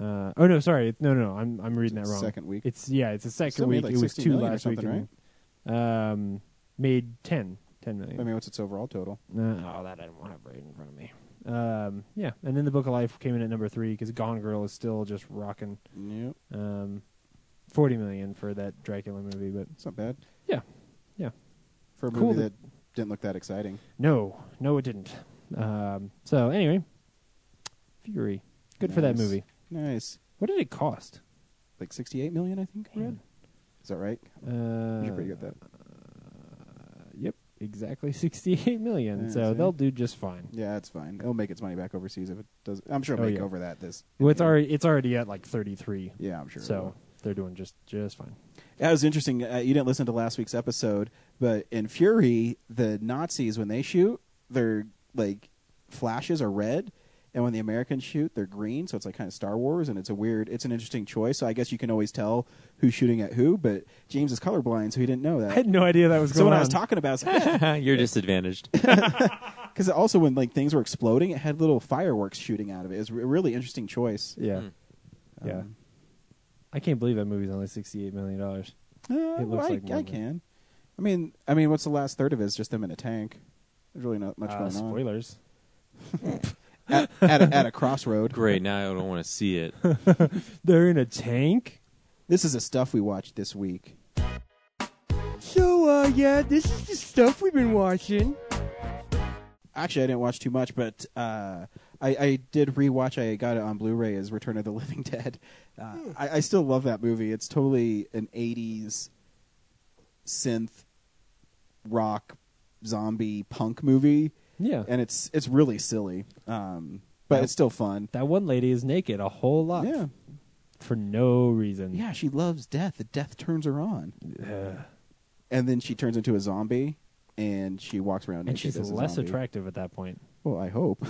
uh, oh no, sorry, It- no, no, no, I'm I'm reading
It's
that wrong.
second week.
It's yeah, it's the second
still made,
week.
like,
it was
16
two
million or
last week.
something,
and, Um, made 10, 10 million.
I mean, what's its overall total?
Uh, oh, that I don't have right in front of me. Um, yeah, and then the Book of Life came in at number three because Gone Girl is still just rocking
Yep.
um, forty million for that Dracula movie, but
It's not bad
yeah, yeah.
for a
Cool
movie
that-
that didn't look that exciting.
No, no, it didn't. Um, so anyway, Fury, good for that
Nice.
movie.
Nice.
What did it cost?
Like sixty-eight million, I think. I Read.
Man.
Is that right?
Uh,
You're pretty good at that.
Yep, exactly sixty-eight million.
Yeah,
so
see?
they'll do just fine.
Yeah, it's fine. It'll make its money back overseas if it does. I'm sure it'll
Oh,
make
yeah.
over that this.
Well, it's already it's already at like thirty-three.
Yeah, I'm sure. it
so
will.
they're doing just just fine.
That was interesting. Uh, you didn't listen to last week's episode, but in Fury, the Nazis when they shoot, their like flashes are red, and when the Americans shoot, they're green. So it's like kind of Star Wars, and it's a weird, it's an interesting choice. So I guess you can always tell who's shooting at who. But James is colorblind, so he didn't know that.
I had no idea that was
so
going
when
on.
I was talking about, because
You're disadvantaged.
also when like things were exploding, it had little fireworks shooting out of it. It was a really interesting choice.
yeah, yeah.
Um,
I can't believe that movie's only sixty-eight million dollars.
Uh,
It looks
well, I,
like more
I
than-
can. I mean, I mean, what's the last third of it? It's just them in a tank. There's really not much
Uh,
going on.
spoilers.
At, at, a, at a crossroad.
Great. Now I don't want to see it.
They're in a tank.
This is the stuff we watched this week.
So, uh, yeah, this is the stuff we've been watching.
Actually, I didn't watch too much, but uh, I, I did rewatch. I got it on Blu-ray as Return of the Living Dead. Uh, I, I still love that movie. It's totally an '80s synth rock zombie punk movie,
Yeah.
and it's it's really silly, um, but it's still fun.
that one lady is naked a whole lot.
Yeah.
For no reason.
Yeah, she loves death. The death turns her on.
Yeah.
and then she turns into a zombie and she walks around
And
naked
she's
as a
less
zombie.
attractive at that point.
Well, I hope.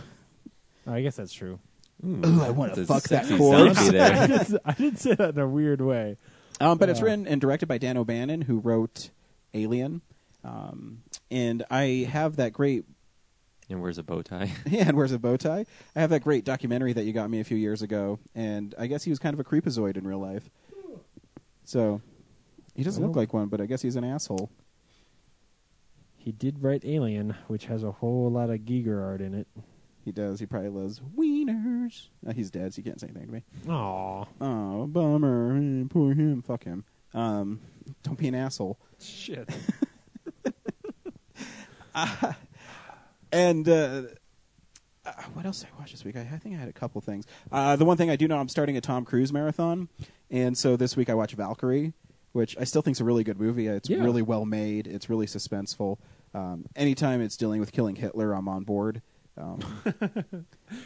I guess that's true.
Ooh, I want
It's
to
a
fuck that
sexy
corpse.
zombie
I
there.
didn't I didn't say that in a weird way.
Um, but it's
Yeah.
written and directed by Dan O'Bannon, who wrote Alien. Um, and I have that great
and wears a bow tie.
yeah, and wears a bow tie. I have that great documentary that you got me a few years ago, and I guess he was kind of a creepazoid in real life. So he doesn't look
Well.
like one, but I guess he's an asshole.
He did write Alien, which has a whole lot of Giger art in it.
He does. He probably loves wieners. Uh, he's dead, so you can't say anything to me.
Aw.
Oh, bummer. Eh, Poor him. Fuck him. Um, don't be an asshole.
Shit.
And uh, uh, what else did I watch this week? I, I think I had a couple things. Uh, the one thing I do know, I'm starting a Tom Cruise marathon, and so this week I watched Valkyrie, which I still think is a really good movie. It's
Yeah.
really well made. It's really suspenseful. Um, anytime it's dealing with killing Hitler, I'm on board. Um,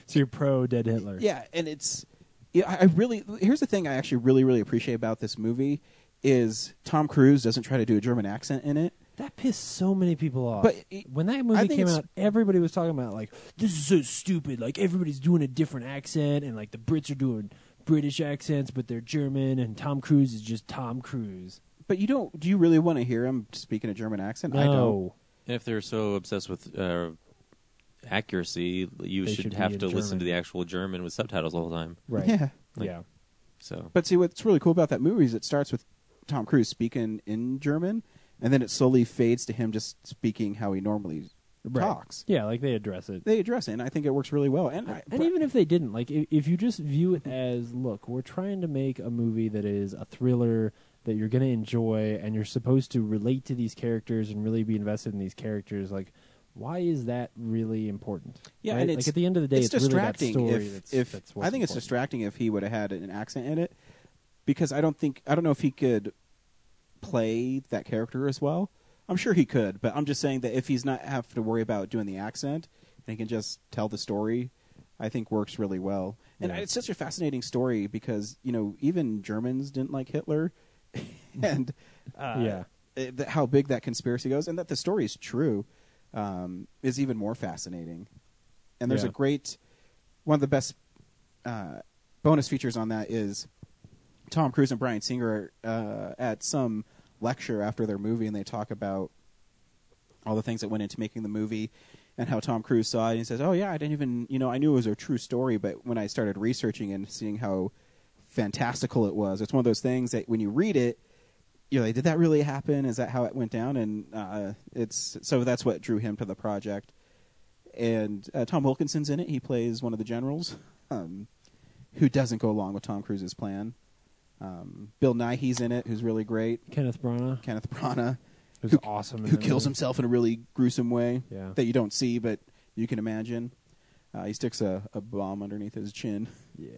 So you're pro Dead Hitler.
Yeah, and it's yeah, I I really here's the thing I actually really really appreciate about this movie is Tom Cruise doesn't try to do a German accent in it.
That pissed so many people off.
But it-
when that
I
movie
think
came
it's-
out, everybody was talking about like this is so stupid. Like everybody's doing a different accent, and like the Brits are doing British accents, but they're German, and Tom Cruise is just Tom Cruise.
But you don't. Do you really want to hear him speaking a German accent? I
No.
don't.
And if they're so obsessed with uh, accuracy, you
They
should,
should be
have
in
to listen
German.
to the actual German with subtitles the whole time.
Right. Yeah.
Like,
yeah.
So
But see, what's really cool about that movie is it starts with Tom Cruise speaking in German, and then it slowly fades to him just speaking how he normally
Right.
talks.
Yeah, like they address it.
They address it, and I think it works really well. And I,
And even if they didn't, like i- if you just view it as, look, we're trying to make a movie that is a thriller that you're going to enjoy, and you're supposed to relate to these characters and really be invested in these characters, like. Why is that really important?
yeah,
right?
and it's,
like at the end of the day, it's, really that
distracting.
story
if,
that's,
if
that's what's
I think it's
important.
distracting if he would have had an accent in it, because I don't think I don't know if he could play that character as well. I'm sure he could, but I'm just saying that if he's not have to worry about doing the accent and he can just tell the story, I think works really well. And
Yeah.
it's such a fascinating story because you know even Germans didn't like Hitler, and uh,
Yeah.
it- that- how big that conspiracy goes, and that the story is true, um, is even more fascinating. And there's
Yeah.
a great one of the best uh, bonus features on that is Tom Cruise and Brian Singer are uh, at some lecture after their movie, and they talk about all the things that went into making the movie and how Tom Cruise saw it. And he says, "Oh yeah, I didn't even you know I knew it was a true story, but when I started researching and seeing how fantastical it was, it's one of those things that when you read it." You're like, did that really happen? Is that how it went down? And uh, it's so that's what drew him to the project and uh, Tom Wilkinson's in it. He plays one of the generals, um, who doesn't go along with Tom Cruise's plan. Um, Bill Nighy's in it, who's really great.
Kenneth Branagh,
Kenneth Branagh,
who's
who,
awesome, in
who
the
kills
movie.
himself in a really gruesome way
Yeah.
that you don't see, but you can imagine. Uh, he sticks a, a bomb underneath his chin.
Yeah.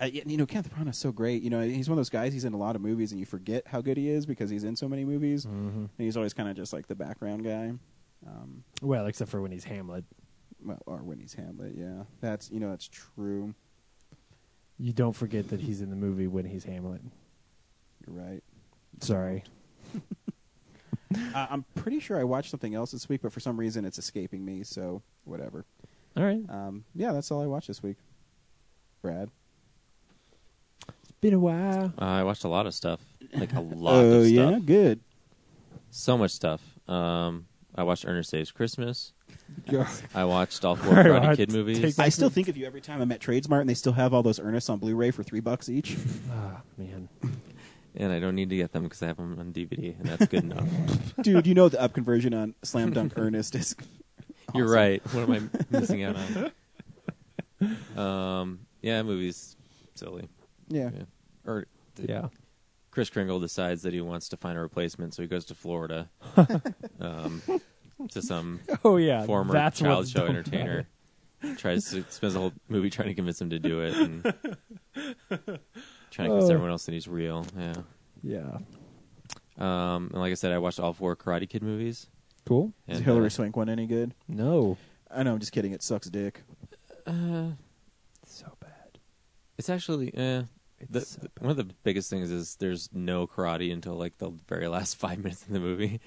Uh, yeah, you know, Kenneth Branagh's so great. You know, he's one of those guys. He's in a lot of movies, and you forget how good he is because he's in so many movies.
Mm-hmm.
And he's always kind of just like the background guy. Um,
Well, except for when he's Hamlet,
well, or when he's Hamlet. Yeah, that's you know that's true.
you don't forget that he's in the movie when he's Hamlet.
You're right.
Sorry.
I, I'm pretty sure I watched something else this week, but for some reason it's escaping me. So whatever.
All right.
Um, yeah, that's all I watched this week. Brad.
It's been a while.
uh, I watched a lot of stuff, like a lot
oh
of
yeah,
stuff,
good.
so much stuff. Um, I watched Ernest Saves Christmas.
Go.
I watched all four
All right,
Karate
I'll
Kid
take
movies.
that.
I still think of you every time I'm at Tradesmart, and they still have all those Ernest on Blu-ray for three bucks each.
Ah, man.
and I don't need to get them because I have them on DVD, and that's good enough.
Dude, you know the up conversion on Slam Dunk Ernest is.
You're
awesome.
right. What am I missing out on? Um, yeah, that movie's silly.
Yeah.
Yeah. Or th-
Yeah.
Chris Kringle decides that he wants to find a replacement, so he goes to Florida um, to some
Oh yeah.
former
That's
child
what's
show
dumb about
entertainer.
it.
Tries to spends the whole movie trying to convince him to do it, and trying to
Oh.
convince everyone else that he's real. Yeah.
Yeah.
Um, and like I said, I watched all four Karate Kid movies.
Cool.
Is
And,
Hillary
uh,
Swank one any good?
No.
I know. I'm just kidding. It sucks dick.
So bad.
It's actually eh, the,
so
the- one of the biggest things is there's no karate until like the very last five minutes of the movie.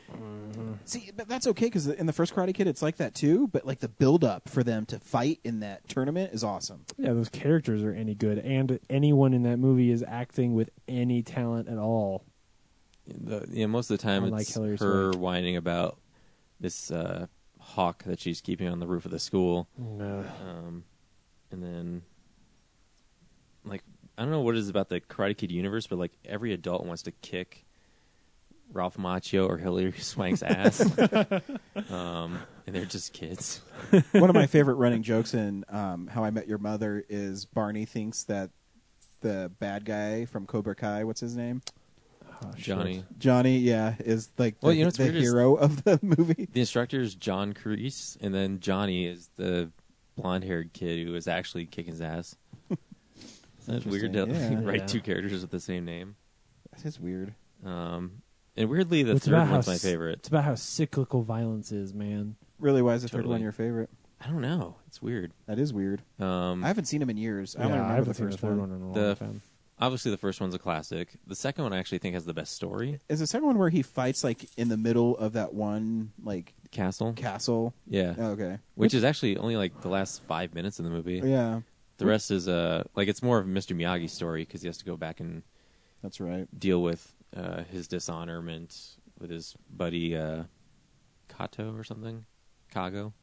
See, but that's okay because in the first Karate Kid, it's like that too. But like the build up for them to fight in that tournament is awesome.
Yeah, those characters are any good, and anyone in that movie is acting with any talent at all.
The, yeah, most of the time
Unlike
it's
Hillary
her
Swank.
whining about this uh, hawk that she's keeping on the roof of the school,
No.
um, and then like I don't know what it is about the Karate Kid universe, but like every adult wants to kick Ralph Macchio or Hillary Swank's ass, um, and they're just kids.
One of my favorite running jokes in um, How I Met Your Mother is Barney thinks that the bad guy from Cobra Kai, what's his name,
Ah,
Johnny.
Johnny, yeah, is like the,
Well, you know what's
the
weird is-
hero of the movie.
The instructor is John Kreese, and then Johnny is the blonde-haired kid who is actually kicking his ass. That's weird to
Interesting,
yeah.
write
Yeah.
two characters with the same name.
That is weird.
Um, and weirdly, the
It's
third
about how
one's my
s- It's
favorite.
about how cyclical violence is, man.
Really, why is the third
Totally.
one your favorite?
I don't know. It's weird.
That is weird.
Um,
I haven't seen him in years. I
yeah,
only
I
remember
haven't
the
seen
first
the third one, in a long
The f-
time.
obviously, the first one's a classic. The second one I actually think has the best story.
Is the second one where he fights like in the middle of that one like
Castle.
castle?
yeah.
Oh, okay.
Oh,
Which is actually only like the last five minutes of the movie.
Yeah.
The rest is uh like it's more of Mr. Miyagi's story because he has to go back and
that's right
deal with uh, his dishonorment with his buddy uh, Kato or something, Kago.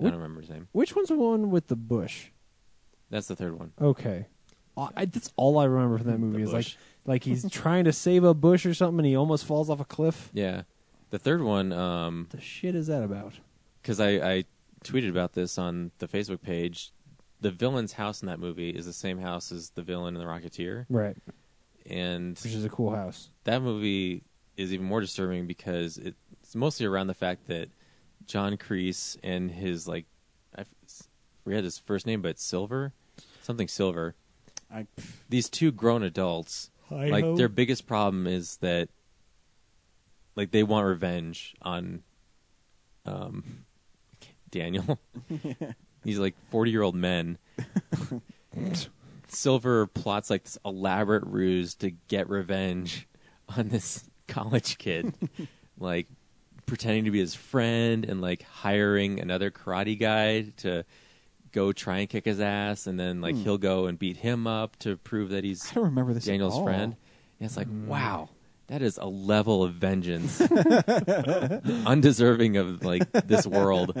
I
What-
don't remember his name.
Which one's the one with the bush?
That's the third one.
Okay. I, I- that's all I remember from that movie is
bush.
like like he's trying to save a bush or something and he almost falls off a cliff.
Yeah, the third one. Um,
The shit is that about?
because I, I tweeted about this on the Facebook page. The villain's house in that movie is the same house as the villain in The Rocketeer,
Right.
and
Which is a cool house.
that movie is even more disturbing because it's mostly around the fact that John Creese and his like I f- forget his first name, but Silver, something Silver.
I-
These two grown adults,
Hi-ho.
like their biggest problem is that like they want revenge on um Daniel. He's like forty year old men. Silver plots like this elaborate ruse to get revenge on this college kid, like pretending to be his friend and like hiring another karate guy to go try and kick his ass, and then like
Hmm.
he'll go and beat him up to prove that he's
I don't remember this at
Daniel's
all. Mm.
friend. And it's like, wow, that is a level of vengeance undeserving of like this world.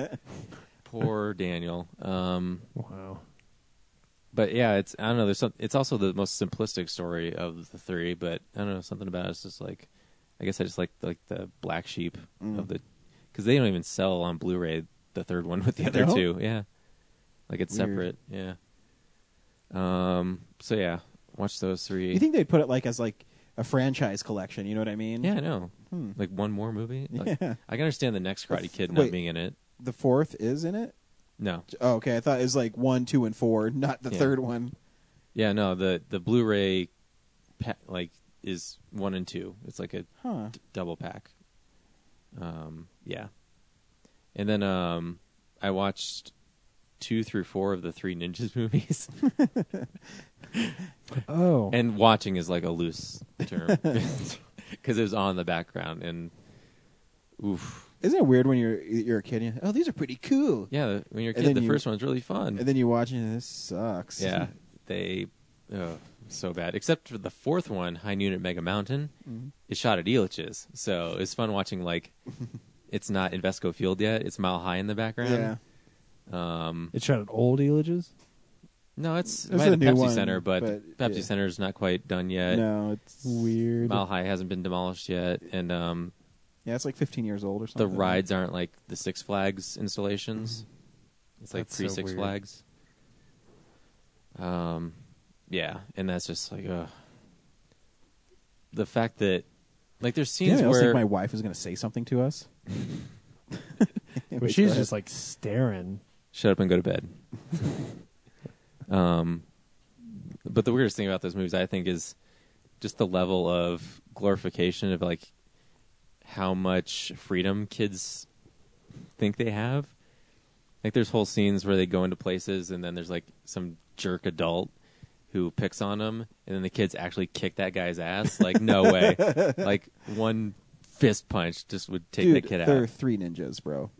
Poor Daniel. Um,
Wow.
but yeah, it's I don't know. There's some. It's also the most simplistic story of the three, but I don't know something about it's just like, I guess I just like like the black sheep
Mm.
of the, because they don't even sell on Blu-ray the third one with the
They
other
don't?
two. Yeah, like it's
Weird.
separate. Yeah. Um. So yeah, watch those three.
You think they'd put it like as like a franchise collection? You know what I mean?
yeah, I know.
Hmm.
Like one more movie. Like,
Yeah.
I can understand the next Karate Kid
wait.
not being in it.
The fourth is in it.
No.
Oh, okay. I thought it was like one, two, and four, not the
Yeah.
third one.
Yeah. No. The the Blu-ray, pa- like, is one and two. It's like a
Huh.
d- double pack. Um, yeah. And then um, I watched two through four of the Three Ninjas movies.
Oh.
and watching is like a loose term because it was on the background. And oof,
Isn't it weird when you're you're a kid? And you're, oh, these are pretty cool.
yeah. the- When you're a
And then
kid, the
you-
first one's really fun.
And then you watch it, and this sucks.
yeah, they oh, so bad. Except for the fourth one, High Noon at Mega Mountain,
Mm-hmm.
is shot at Elitch's, so it's fun watching. Like, it's not Invesco Field yet; it's Mile High in the background.
yeah.
Um,
It shot at old Elages?
no, it's
There's
by
a
the
new
Pepsi
one,
Center, but,
but,
Pepsi
yeah.
Center's not quite done yet.
No, it's
Weird.
Mile High hasn't been demolished yet, and um,
yeah, it's like 15 years old or
the
something.
rides aren't like the Six Flags installations. It's like
That's
three
so
Six
weird.
Flags. Um, yeah, and that's just like uh, the fact that like there's
Do you
scenes
know, I think
where
my wife is going to say something to us.
But she's just like staring.
shut up and go to bed. um, but the weirdest thing about those movies, I think, is just the level of glorification of like how much freedom kids think they have. Like, there's whole scenes where they go into places, and then there's like some jerk adult who picks on them, and then the kids actually kick that guy's ass. Like, no way! Like one fist punch just would take
Dude,
that kid out
There are three ninjas, bro.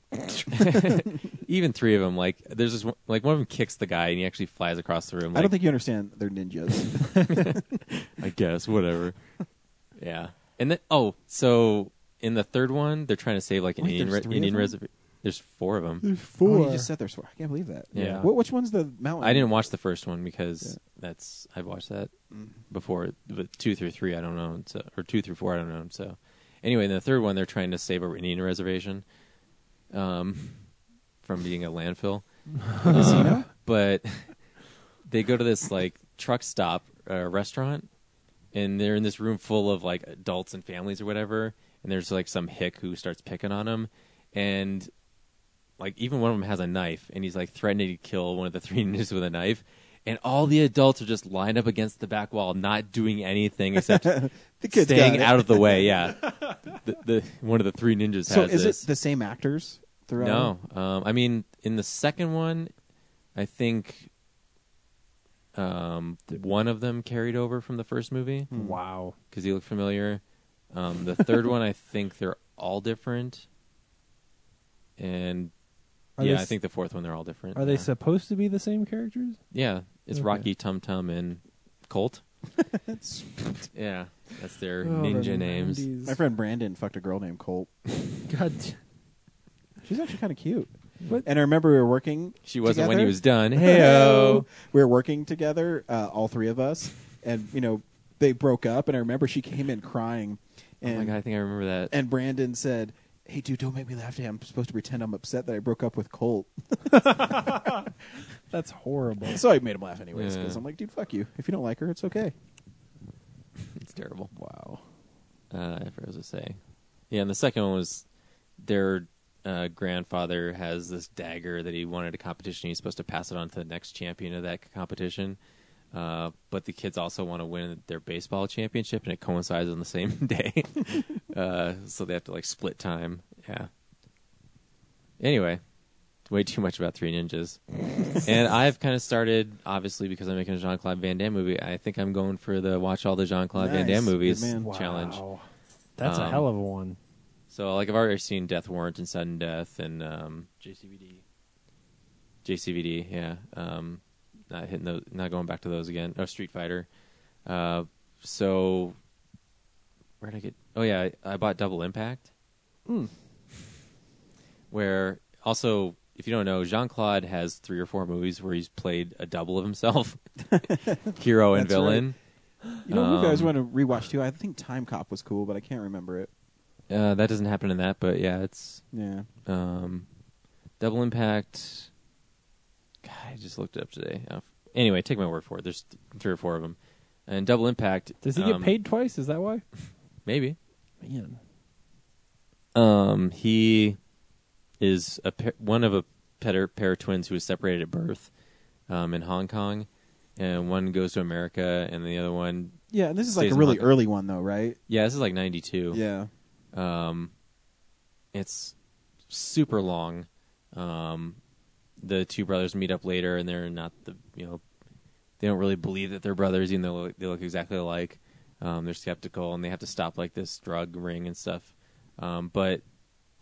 even three of them like there's this one, like one of them kicks the guy and he actually flies across the room like,
I don't think you understand. They're ninjas.
I guess whatever yeah and then oh so in the third one they're trying to save like an
Wait,
indian,
there's
re-
three of
indian
them?
reservation there's four of them
Four.
Four.
you just said there's four. I can't believe that.
Yeah.
What, which one's the mountain?
i didn't watch the first one because
Yeah. Mm-hmm.
that's i've watched that before but two through three i don't know and so, or two through four i don't know so anyway in the third one they're trying to save an indian reservation um, from being a landfill Uh, but they go to this like truck stop uh, restaurant and they're in this room full of like adults and families or whatever and there's like some hick who starts picking on them and like even one of them has a knife and he's like threatening to kill one of the three ninjas with a knife and all the adults are just lined up against the back wall not doing anything except
The kid's
staying
got it.
out of the way yeah the, the one of the three ninjas
So
has
is
this
it the same actors throughout?
no, um, I mean in the second one, I think um, one of them carried over from the first movie
Hmm. Wow.
because he looked familiar. Um, the third one, I think they're all different, and
Are Are
yeah,
they
I
s-
think the fourth one they're all different.
Are they
yeah.
supposed to be the same characters?
Yeah, it's
Okay.
Rocky, Tum Tum, and Colt. yeah, that's their
Oh,
ninja
the
names.
90s.
My friend Brandon fucked a girl named Colt.
God,
She's actually kind of cute.
What?
And I remember we were working.
She wasn't when
together.
he was done. Oh Heyo.
we were working together, uh, all three of us, and you know they broke up. And I remember she came in crying. And
oh my god, I think I remember that.
And Brandon said, "Hey, dude, don't make me laugh today. I'm supposed to pretend I'm upset that I broke up with Colt."
that's horrible.
so I made him laugh anyways because
Yeah.
I'm like, "Dude, fuck you. If you don't like her, it's okay."
it's terrible.
Wow.
Uh, I forgot what to say. Yeah, and the second one was their uh, grandfather has this dagger that he won at a competition. He's supposed to pass it on to the next champion of that competition. Uh, but the kids also want to win their baseball championship, and it coincides on the same day. uh, so they have to like split time. Yeah. Anyway, way too much about Three Ninjas. and I've kind of started, obviously, because I'm making a Jean Claude Van Damme movie. I think I'm going for the watch all the Jean Claude Van
Nice.
Damme
Good
movies
man.
challenge.
Wow. That's a
Um,
hell of a one.
So like I've already seen Death Warrant and Sudden Death and um, JCVD. JCVD, yeah. Um, not hitting those, not going back to those again. Oh, Street Fighter. Uh, so where did I get? Oh yeah, I, I bought Double Impact.
Hmm.
Where also, if you don't know, Jean Claude has three or four movies where he's played a double of himself, hero and
That's right.
villain.
You know, you guys
Um,
want to rewatch too. I think Time Cop was cool, but I can't remember it.
Uh, that doesn't happen in that, but yeah, it's
Yeah.
Um, Double Impact. God, I just looked it up today. Uh, anyway, take my word for it. There's th- three or four of them, and Double Impact.
Does he
um,
get paid twice? Is that why?
Maybe.
Man,
Um, he is a pair, one of a pair, pair of twins who was separated at birth, um, in Hong Kong, and one goes to America, and the other one.
Yeah, and this is like
stays
a
in
really
Hong Kong.
early one though, right?
Yeah, this is like '92.
Yeah.
Um, it's super long. Um, the two brothers meet up later, and they're not the you know they don't really believe that they're brothers, even though they look exactly alike. Um, they're skeptical, and they have to stop like this drug ring and stuff. Um, but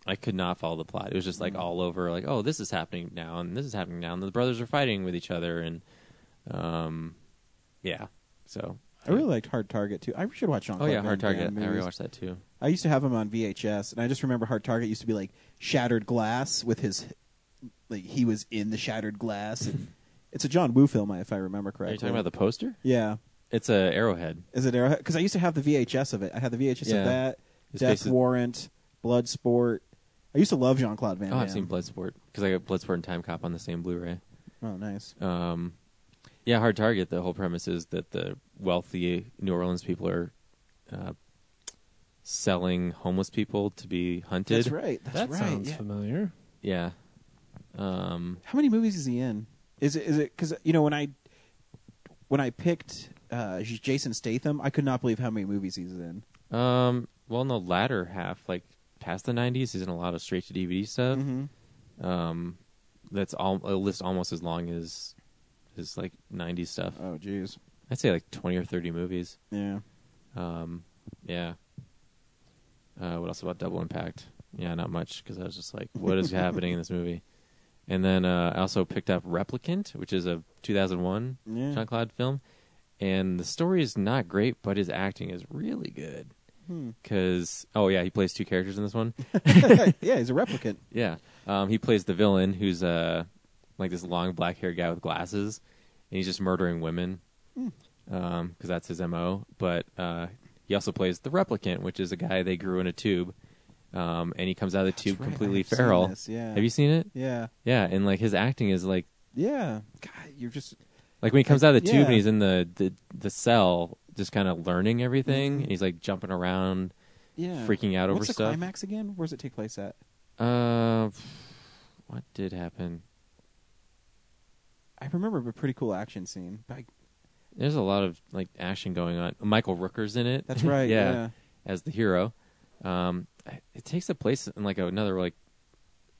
I could not follow the plot. It was
Mm.
just like all over, like oh, this is happening now, and this is happening now, and the brothers are fighting with each other, and um, yeah. So
I really liked Hard Target too. I should watch Jean.
oh yeah, Hard Target. I rewatched that too.
I used to have him on VHS, and I just remember Hard Target used to be like shattered glass with his, like he was in the shattered glass. And it's a John Woo film, if I remember
Are
correctly.
you talking about the poster?
Yeah,
It's a Arrowhead.
is it Arrowhead? Because I used to have the VHS of it. I had the VHS
Yeah.
of that,
His face
Death
is-
Warrant, Bloodsport. I used to love Jean Claude Van
Oh,
Damme.
I've seen Bloodsport because I got Bloodsport and Time Cop on the same Blu-ray.
Oh, nice.
Um, yeah, Hard Target. The whole premise is that the wealthy New Orleans people are uh, selling homeless people to be hunted.
That's right. That's
that
right.
sounds
yeah.
familiar.
Yeah. Um,
How many movies is he in? Is it is it because you know when I when I picked uh, Jason Statham, I could not believe how many movies he's in.
um, well, in the latter half, like past the '90s, he's in a lot of straight-to-DVD stuff.
Mm-hmm.
Um, that's all a list almost as long as as like '90s stuff.
Oh, jeez.
I'd say like 20 or 30 movies.
Yeah.
Um, yeah. Uh, what else about Double Impact? Yeah, not much because I was just like, what is happening in this movie? And then uh, I also picked up Replicant, which is a 2001
Yeah.
Jean Claude film, and the story is not great, but his acting is really good. Because oh yeah, he plays two characters in this one.
yeah, he's a replicant.
Yeah, um, he plays the villain, who's uh, like this long black haired guy with glasses, and he's just murdering women
Hmm.
because that's his mo. But uh, he also plays the replicant, which is a guy they grew in a tube, um, and he comes out of the tube
right,
completely
I've seen
feral.
this, yeah.
Have you seen it?
Yeah.
Yeah, and like his acting is like
Yeah. God, you're just
like when he comes out of the tube
Yeah.
and he's in the the, the cell, just kind of learning everything.
Mm-hmm.
And he's like jumping around.
yeah
Freaking out over
What's the
stuff.
climax again? Where does it take place at?
Uh, what did happen?
I remember a pretty cool action scene. But I,
There's a lot of like action going on. Michael Rooker's in it.
That's right,
yeah,
yeah.
as the hero. Um, it takes a place in like another like,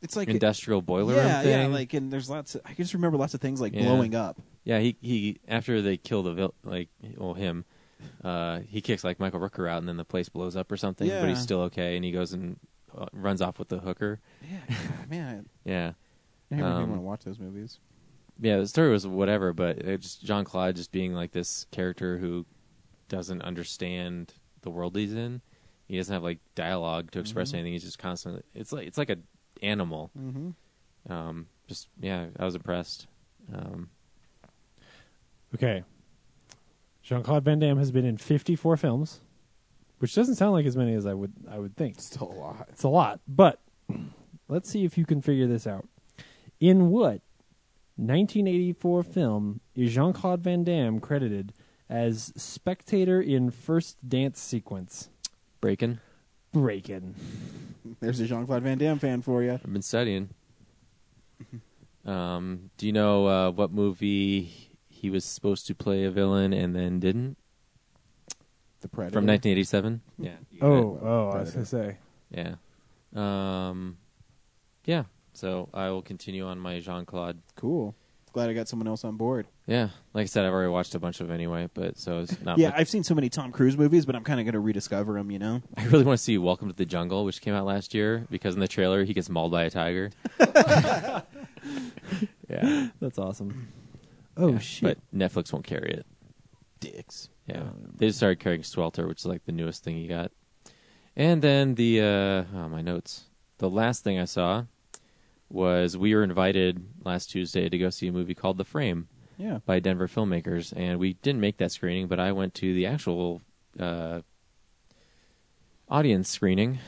it's like
industrial boiler
yeah,
room thing.
yeah. Like, and there's lots. Of, I can just remember lots of things like
Yeah.
blowing up.
Yeah, he he after they kill the vil- like well him, uh, he kicks like Michael Rooker out, and then the place blows up or something. But
Yeah.
he's still okay, and he goes and uh, runs off with the hooker.
Yeah, God, man.
Yeah,
I didn't
Um,
want to watch those movies.
yeah, the story was whatever, but it just John Claude just being like this character who doesn't understand the world he's in. He doesn't have like dialogue to express
Mhm.
anything. He's just constantly. It's like it's like a animal.
Mhm.
Um, just yeah, I was impressed. Um,
Okay. Jean Claude Van Damme has been in 54 films, which doesn't sound like as many as I would I would think.
Still a lot.
It's a lot, but let's see if you can figure this out. In what 1984 film is Jean Claude Van Damme credited as spectator in first dance sequence?
Breaking.
Breaking.
There's a Jean Claude Van Damme fan for you.
I've been studying. Um, do you know uh, what movie he was supposed to play a villain and then didn't?
The Predator
From 1987. Yeah. you got
Oh,
it.
oh, I was gonna say.
Yeah. Um, yeah. So I will continue on my Jean Claude.
Cool. Glad I got someone else on board.
Yeah. Like I said, I've already watched a bunch of anyway, but so it's not.
yeah,
much-
I've seen so many Tom Cruise movies, but I'm kind of going to rediscover them. You know,
I really want to see Welcome to the Jungle, which came out last year, because in the trailer he gets mauled by a tiger. yeah.
That's awesome. Oh
Yeah,
shit.
But Netflix won't carry it.
dicks.
Yeah.
Um,
they just started carrying Swelter, which is like the newest thing he got. And then the uh oh, my notes. The last thing I saw was we were invited last Tuesday to go see a movie called The Frame
Yeah.
by Denver filmmakers, and we didn't make that screening, but I went to the actual uh, audience screening,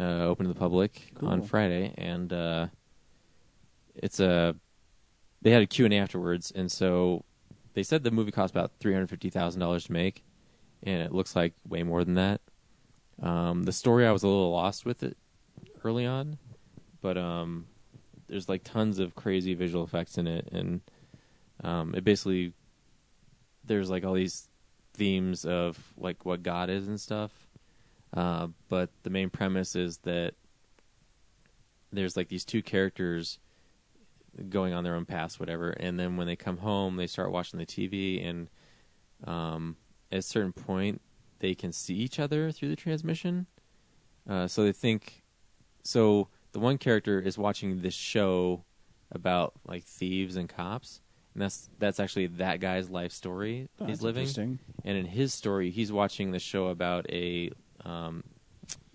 uh, open to the public on
Cool.
Friday, and uh, it's a they had a Q and A afterwards, and so they said the movie cost about three hundred fifty thousand dollars to make, and it looks like way more than that. Um, the story I was a little lost with it early on, but um, there's like tons of crazy visual effects in it, and um, it basically there's like all these themes of like what God is and stuff, uh, but the main premise is that there's like these two characters going on their own paths, whatever, and then when they come home, they start watching the TV, and um, at a certain point, they can see each other through the transmission. Uh, so they think so the one character is watching this show about like thieves and cops and that's that's actually that guy's life story
Oh,
he's
that's
living
interesting.
and in his story he's watching the show about a um,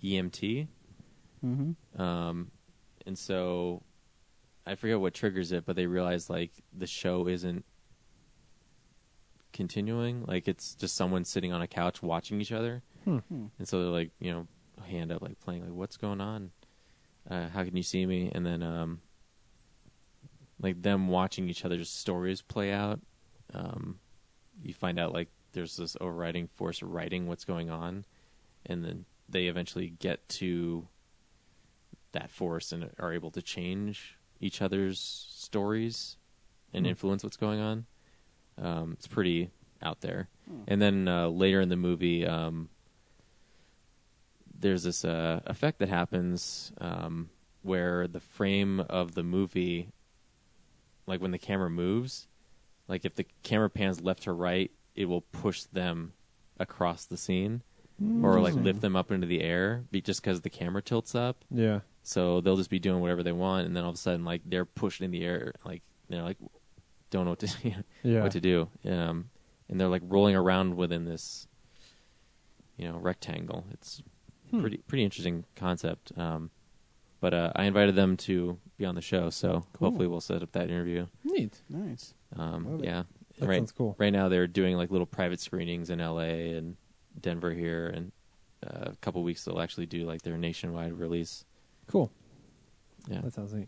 emt
Mm-hmm.
um, and so I forget what triggers it, but they realize like the show isn't continuing. Like it's just someone sitting on a couch watching each other,
Hmm.
Hmm.
and so they're like, you know, hand up, like playing, like what's going on? Uh, how can you see me? And then um, like them watching each other's stories play out. Um, you find out like there's this overriding force writing what's going on, and then they eventually get to that force and are able to change each other's stories and influence what's going on. Um, it's pretty out there. And then uh, later in the movie, um, there's this uh, effect that happens um, where the frame of the movie, like when the camera moves, like if the camera pans left to right, it will push them across the scene or like lift them up into the air be- just because the camera tilts up.
yeah.
So they'll just be doing whatever they want, and then all of a sudden, like they're pushing in the air, like they're like don't know what to
Yeah.
what to do, um, and they're like rolling around within this, you know, rectangle. It's pretty pretty interesting concept. Um, but uh, I invited them to be on the show, so
Cool.
hopefully we'll set up that interview.
Neat.
Nice.
Um,
Love it.
yeah,
That
right.
sounds cool.
Right now they're doing like little private screenings in L.A. and Denver here, and uh, a couple weeks they'll actually do like their nationwide release.
Cool.
Yeah.
That sounds neat.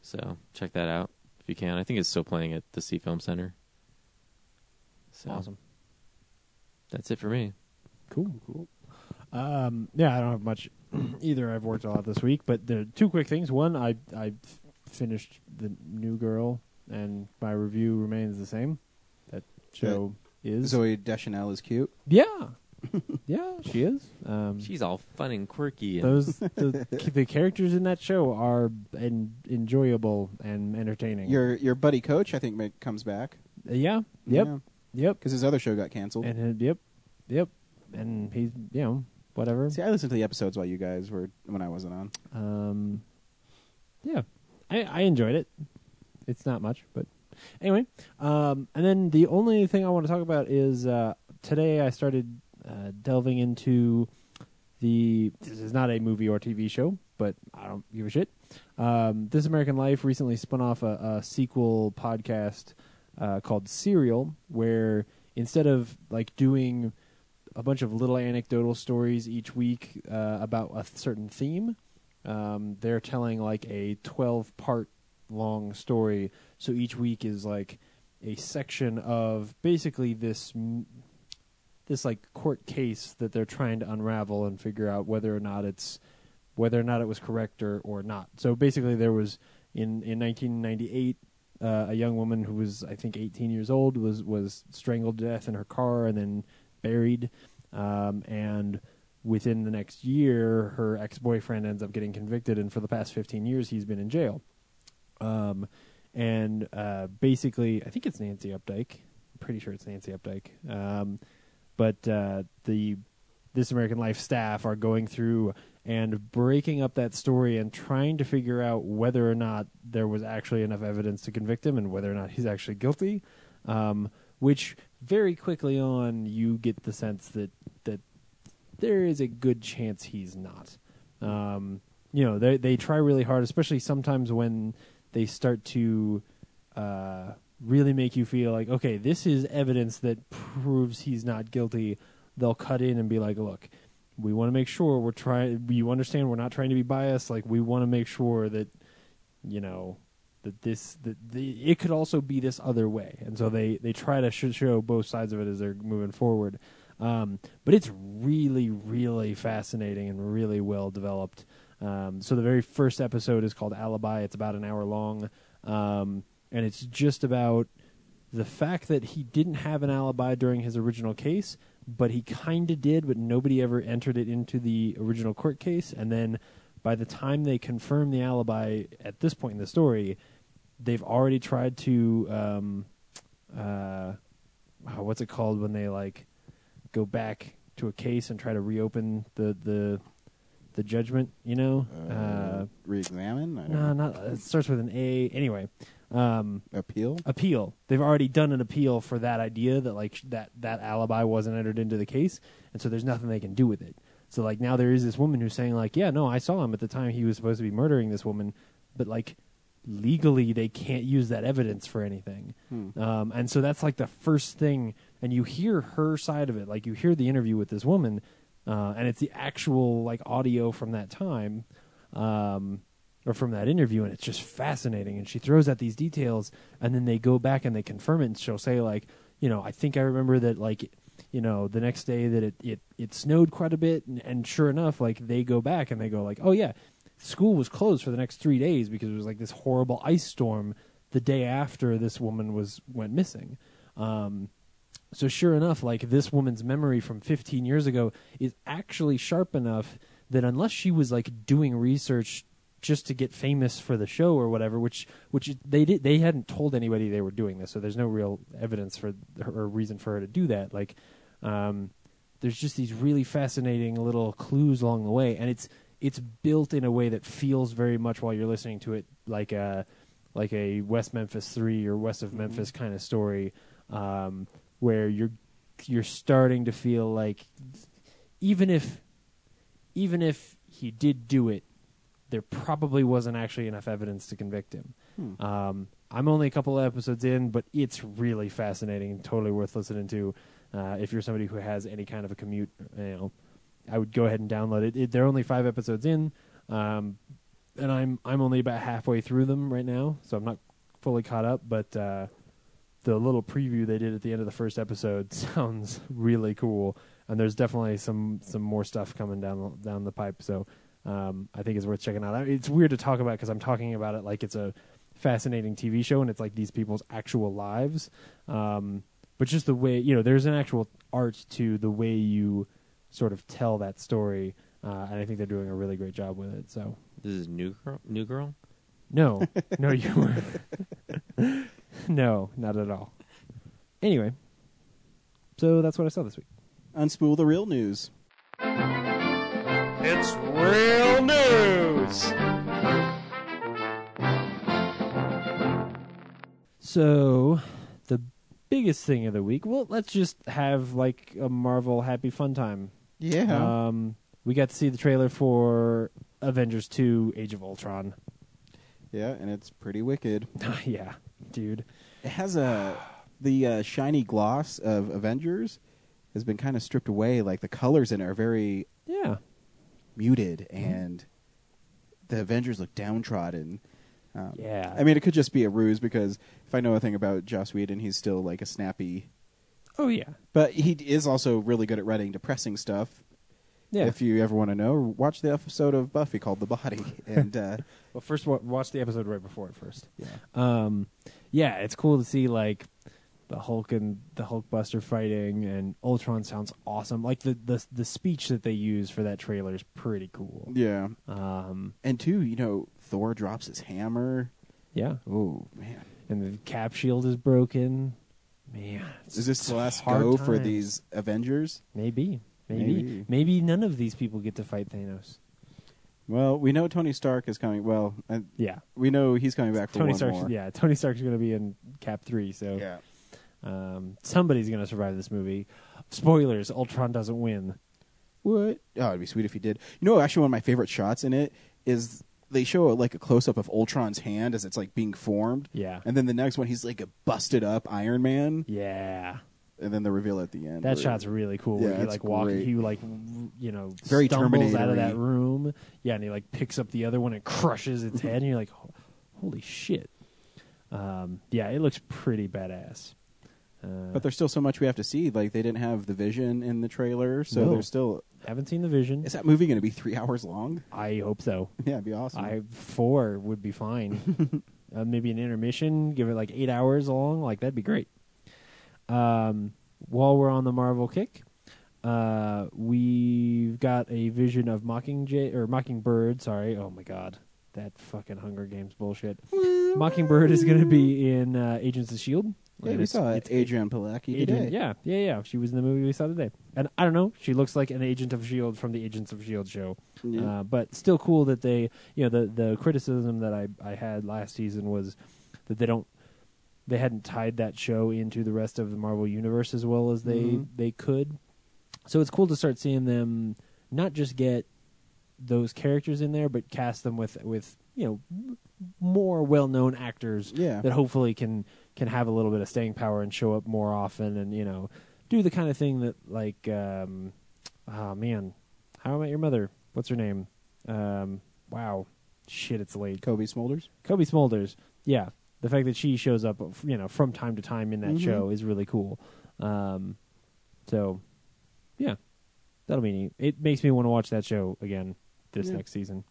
So check that out if you can. I think it's still playing at the Sea Film Center. So
Awesome.
That's it for me.
Cool, cool. Um, yeah, I don't have much either. I've worked a lot this week, but there are two quick things. One, I I f- finished the New Girl, and my review remains the same. That show is
Zoe Deschanel is cute.
yeah, yeah, she is. Um,
She's all fun and quirky. And
those the, the characters in that show are en- enjoyable and entertaining. Uh,
Your your buddy coach, I think, ma- comes back
yeah, yep,
Yeah.
yep,
because his other show got canceled.
and uh, yep, yep, and he's you know whatever.
See, I listened to the episodes while you guys were when I wasn't on.
Um, yeah, I I, I enjoyed it. It's not much, but anyway. Um, and then the only thing I want to talk about is uh, today I started uh, delving into the. This is not a movie or TV show, but I don't give a shit. Um, this American Life recently spun off a, a sequel podcast uh, called Serial, where instead of like doing a bunch of little anecdotal stories each week uh, about a certain theme. Um, they're telling like a 12 part long story. So each week is like a section of basically this m- this like court case that they're trying to unravel and figure out whether or not it's whether or not it was correct or, or not. So basically there was in in 1998 uh, a young woman who was I think 18 years old was was strangled to death in her car and then buried. Um, and within the next year, her ex boyfriend ends up getting convicted, and for the past 15 years, he's been in jail. Um, and uh, basically, I think it's Nancy Updike. I'm pretty sure it's Nancy Updike. Um, but uh, the This American Life staff are going through and breaking up that story and trying to figure out whether or not there was actually enough evidence to convict him and whether or not he's actually guilty. Um, which very quickly on you get the sense that that there is a good chance he's not. Um, you know, they they try really hard, especially sometimes when they start to uh, really make you feel like, okay, this is evidence that proves he's not guilty. They'll cut in and be like, look, we want to make sure we're trying. You understand, we're not trying to be biased. Like, we want to make sure that you know that this that the, it could also be this other way and so they they try to sh- show both sides of it as they're moving forward um, but it's really really fascinating and really well developed um, so the very first episode is called alibi it's about an hour long um, and it's just about the fact that he didn't have an alibi during his original case but he kind of did but nobody ever entered it into the original court case and then by the time they confirm the alibi at this point in the story they've already tried to um uh oh, what's it called when they like go back to a case and try to reopen the the the judgment you know uh,
Re-examine? I don't know.
no, not it starts with an A. Anyway, um,
appeal.
Appeal. They've already done an appeal for that idea that like sh- that that alibi wasn't entered into the case, and so there's nothing they can do with it. So like now there is this woman who's saying like, yeah, no, I saw him at the time he was supposed to be murdering this woman, but like legally they can't use that evidence for anything.
Hmm.
Um, and so that's like the first thing, and you hear her side of it. Like you hear the interview with this woman, uh, and it's the actual like audio from that time, um, or from that interview, and it's just fascinating. And she throws out these details, and then they go back and they confirm it. And she'll say like, you know, I think I remember that like, you know, the next day that it it, it snowed quite a bit, and, and sure enough, like they go back and they go like, oh yeah, school was closed for the next three days because it was like this horrible ice storm the day after this woman was went missing. Um, so sure enough, like this woman's memory from 15 years ago is actually sharp enough that unless she was like doing research just to get famous for the show or whatever, which which they did, they hadn't told anybody they were doing this, so there's no real evidence for her, or reason for her to do that. Like, um, there's just these really fascinating little clues along the way, and it's it's built in a way that feels very much while you're listening to it like a like a West Memphis Three or West of Memphis kind of story, um, where you're you're starting to feel like even if even if he did do it, there probably wasn't actually enough evidence to convict him.
Hmm.
Um, I'm only a couple of episodes in, but it's really fascinating and totally worth listening to. Uh, if you're somebody who has any kind of a commute, you know, I would go ahead and download it. it they're only five episodes in, um, and I'm I'm only about halfway through them right now, so I'm not fully caught up. But uh, the little preview they did at the end of the first episode sounds really cool, and there's definitely some some more stuff coming down down the pipe. So um, I think it's worth checking out. I- It's weird to talk about because I'm talking about it like it's a fascinating TV show, and it's like these people's actual lives. Um, but just the way you know, there's an actual art to the way you sort of tell that story, uh, and I think they're doing a really great job with it. So
This is new girl. New girl.
no, no, you were no, not at all. Anyway, so that's what I saw this week.
Unspool the real news.
It's real news.
So, the biggest thing of the week. Well, let's just have like a Marvel happy fun time.
Uh,
Yeah.
Um, we got to see the trailer for Avengers Two: Age of Ultron.
Yeah, and it's pretty wicked.
yeah, dude.
It has a the uh, shiny gloss of Avengers has been kind of stripped away. Like the colors in it are very
yeah
muted,
Mm-hmm.
and the Avengers look downtrodden. Um,
Yeah.
I mean it could just be a ruse because if I know a thing about Joss Whedon, he's still like a snappy.
Oh yeah.
But he is also really good at writing depressing stuff.
Yeah.
If you ever want to know, watch the episode of Buffy called The Body, and uh,
Well, first wa- watch the episode right before it first. Yeah. Um, yeah, it's cool to see like the Hulk and the Hulkbuster fighting, and Ultron sounds awesome. Like the the the speech that they use for that trailer is pretty cool.
yeah.
Um,
and two, you know, Thor drops his hammer.
Yeah.
Oh man.
And the cap shield is broken. Man, it's-
Is this
it's
the last
hard
go for
times.
these Avengers?
Maybe, maybe,
Maybe.
maybe, none of these people get to fight Thanos.
Well, we know Tony Stark is coming. Well, I,
Yeah.
we know he's coming back for
Tony
one
Stark's
more.
yeah, Tony Stark's going to be in Cap three, so
Yeah.
um, somebody's going to survive this movie. Spoilers: Ultron doesn't win.
What? Oh, it'd be sweet if he did. You know, actually, one of my favorite shots in it is they show like a close up of Ultron's hand as it's like being formed.
Yeah.
And then the next one, he's like a busted up Iron Man.
Yeah.
And then the reveal at the end.
That
where-
shot's really cool.
Yeah,
where he
it's
like walk,
great.
he like w- you know
Very
stumbles out
Terminator-y.
of that room. Yeah, and he like picks up the other one and crushes its head, and you're like, "Ho- holy shit. Um, yeah, it looks pretty badass. Uh,
But there's still so much we have to see. Like they didn't have the Vision in the trailer, so
No.
there's still.
haven't seen the Vision.
Is that movie going to be three hours long?
I hope so.
Yeah, it'd be awesome.
I four would be fine. uh, maybe an intermission, give it like eight hours long. Like that'd be great. Um, while we're on the Marvel kick, uh, we've got a vision of Mockingjay or Mockingbird. Sorry. Oh my God, that fucking Hunger Games bullshit. Mockingbird is going to be in uh, Agents of Shield.
Yeah,
And
we
it's-
saw it.
it's
Adrian Palacki
Agent,
today.
yeah, yeah, yeah. She was in the movie we saw today, and I don't know. She looks like an agent of Shield E from the Agents of Shield show,
Yeah.
uh, but still cool that they, you know, the the criticism that I I had last season was that they don't they hadn't tied that show into the rest of the Marvel universe as well as they
Mhm.
they could. So it's cool to start seeing them not just get those characters in there, but cast them with with you know m- more well known actors
Yeah.
that hopefully can can have a little bit of staying power and show up more often and you know do the kind of thing that like um oh man how about your mother what's her name um wow shit it's late
Kobe Smolders.
Kobe Smolders, yeah, the fact that she shows up, you know, from time to time in that show is really cool. Um, so, yeah, that'll be neat. It makes me want to watch that show again this
Yeah.
next season.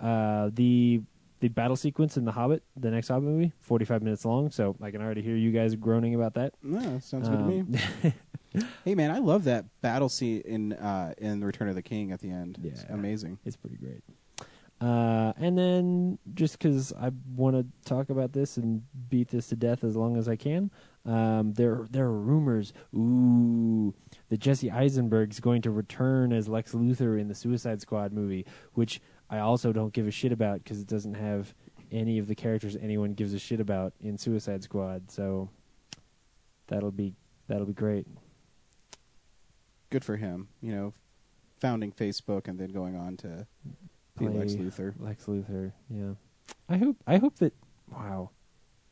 Uh, the the battle sequence in the Hobbit, the next Hobbit movie, forty five minutes long. So I can already hear you guys groaning about that.
No, that sounds good
Um,
to me. hey man, I love that battle scene in uh, in Return of the King at the end. It's
Yeah.
amazing.
It's pretty great. Uh, and then, just because I want to talk about this and beat this to death as long as I can, um, there there are rumors. Ooh, that Jesse Eisenberg's going to return as Lex Luthor in the Suicide Squad movie, which I also don't give a shit about because it doesn't have any of the characters anyone gives a shit about in Suicide Squad. So that'll be that'll be great.
Good for him. You know, founding Facebook and then going on to be Lex
Play
Luthor.
Lex Luthor. Yeah. I hope. I hope that. Wow.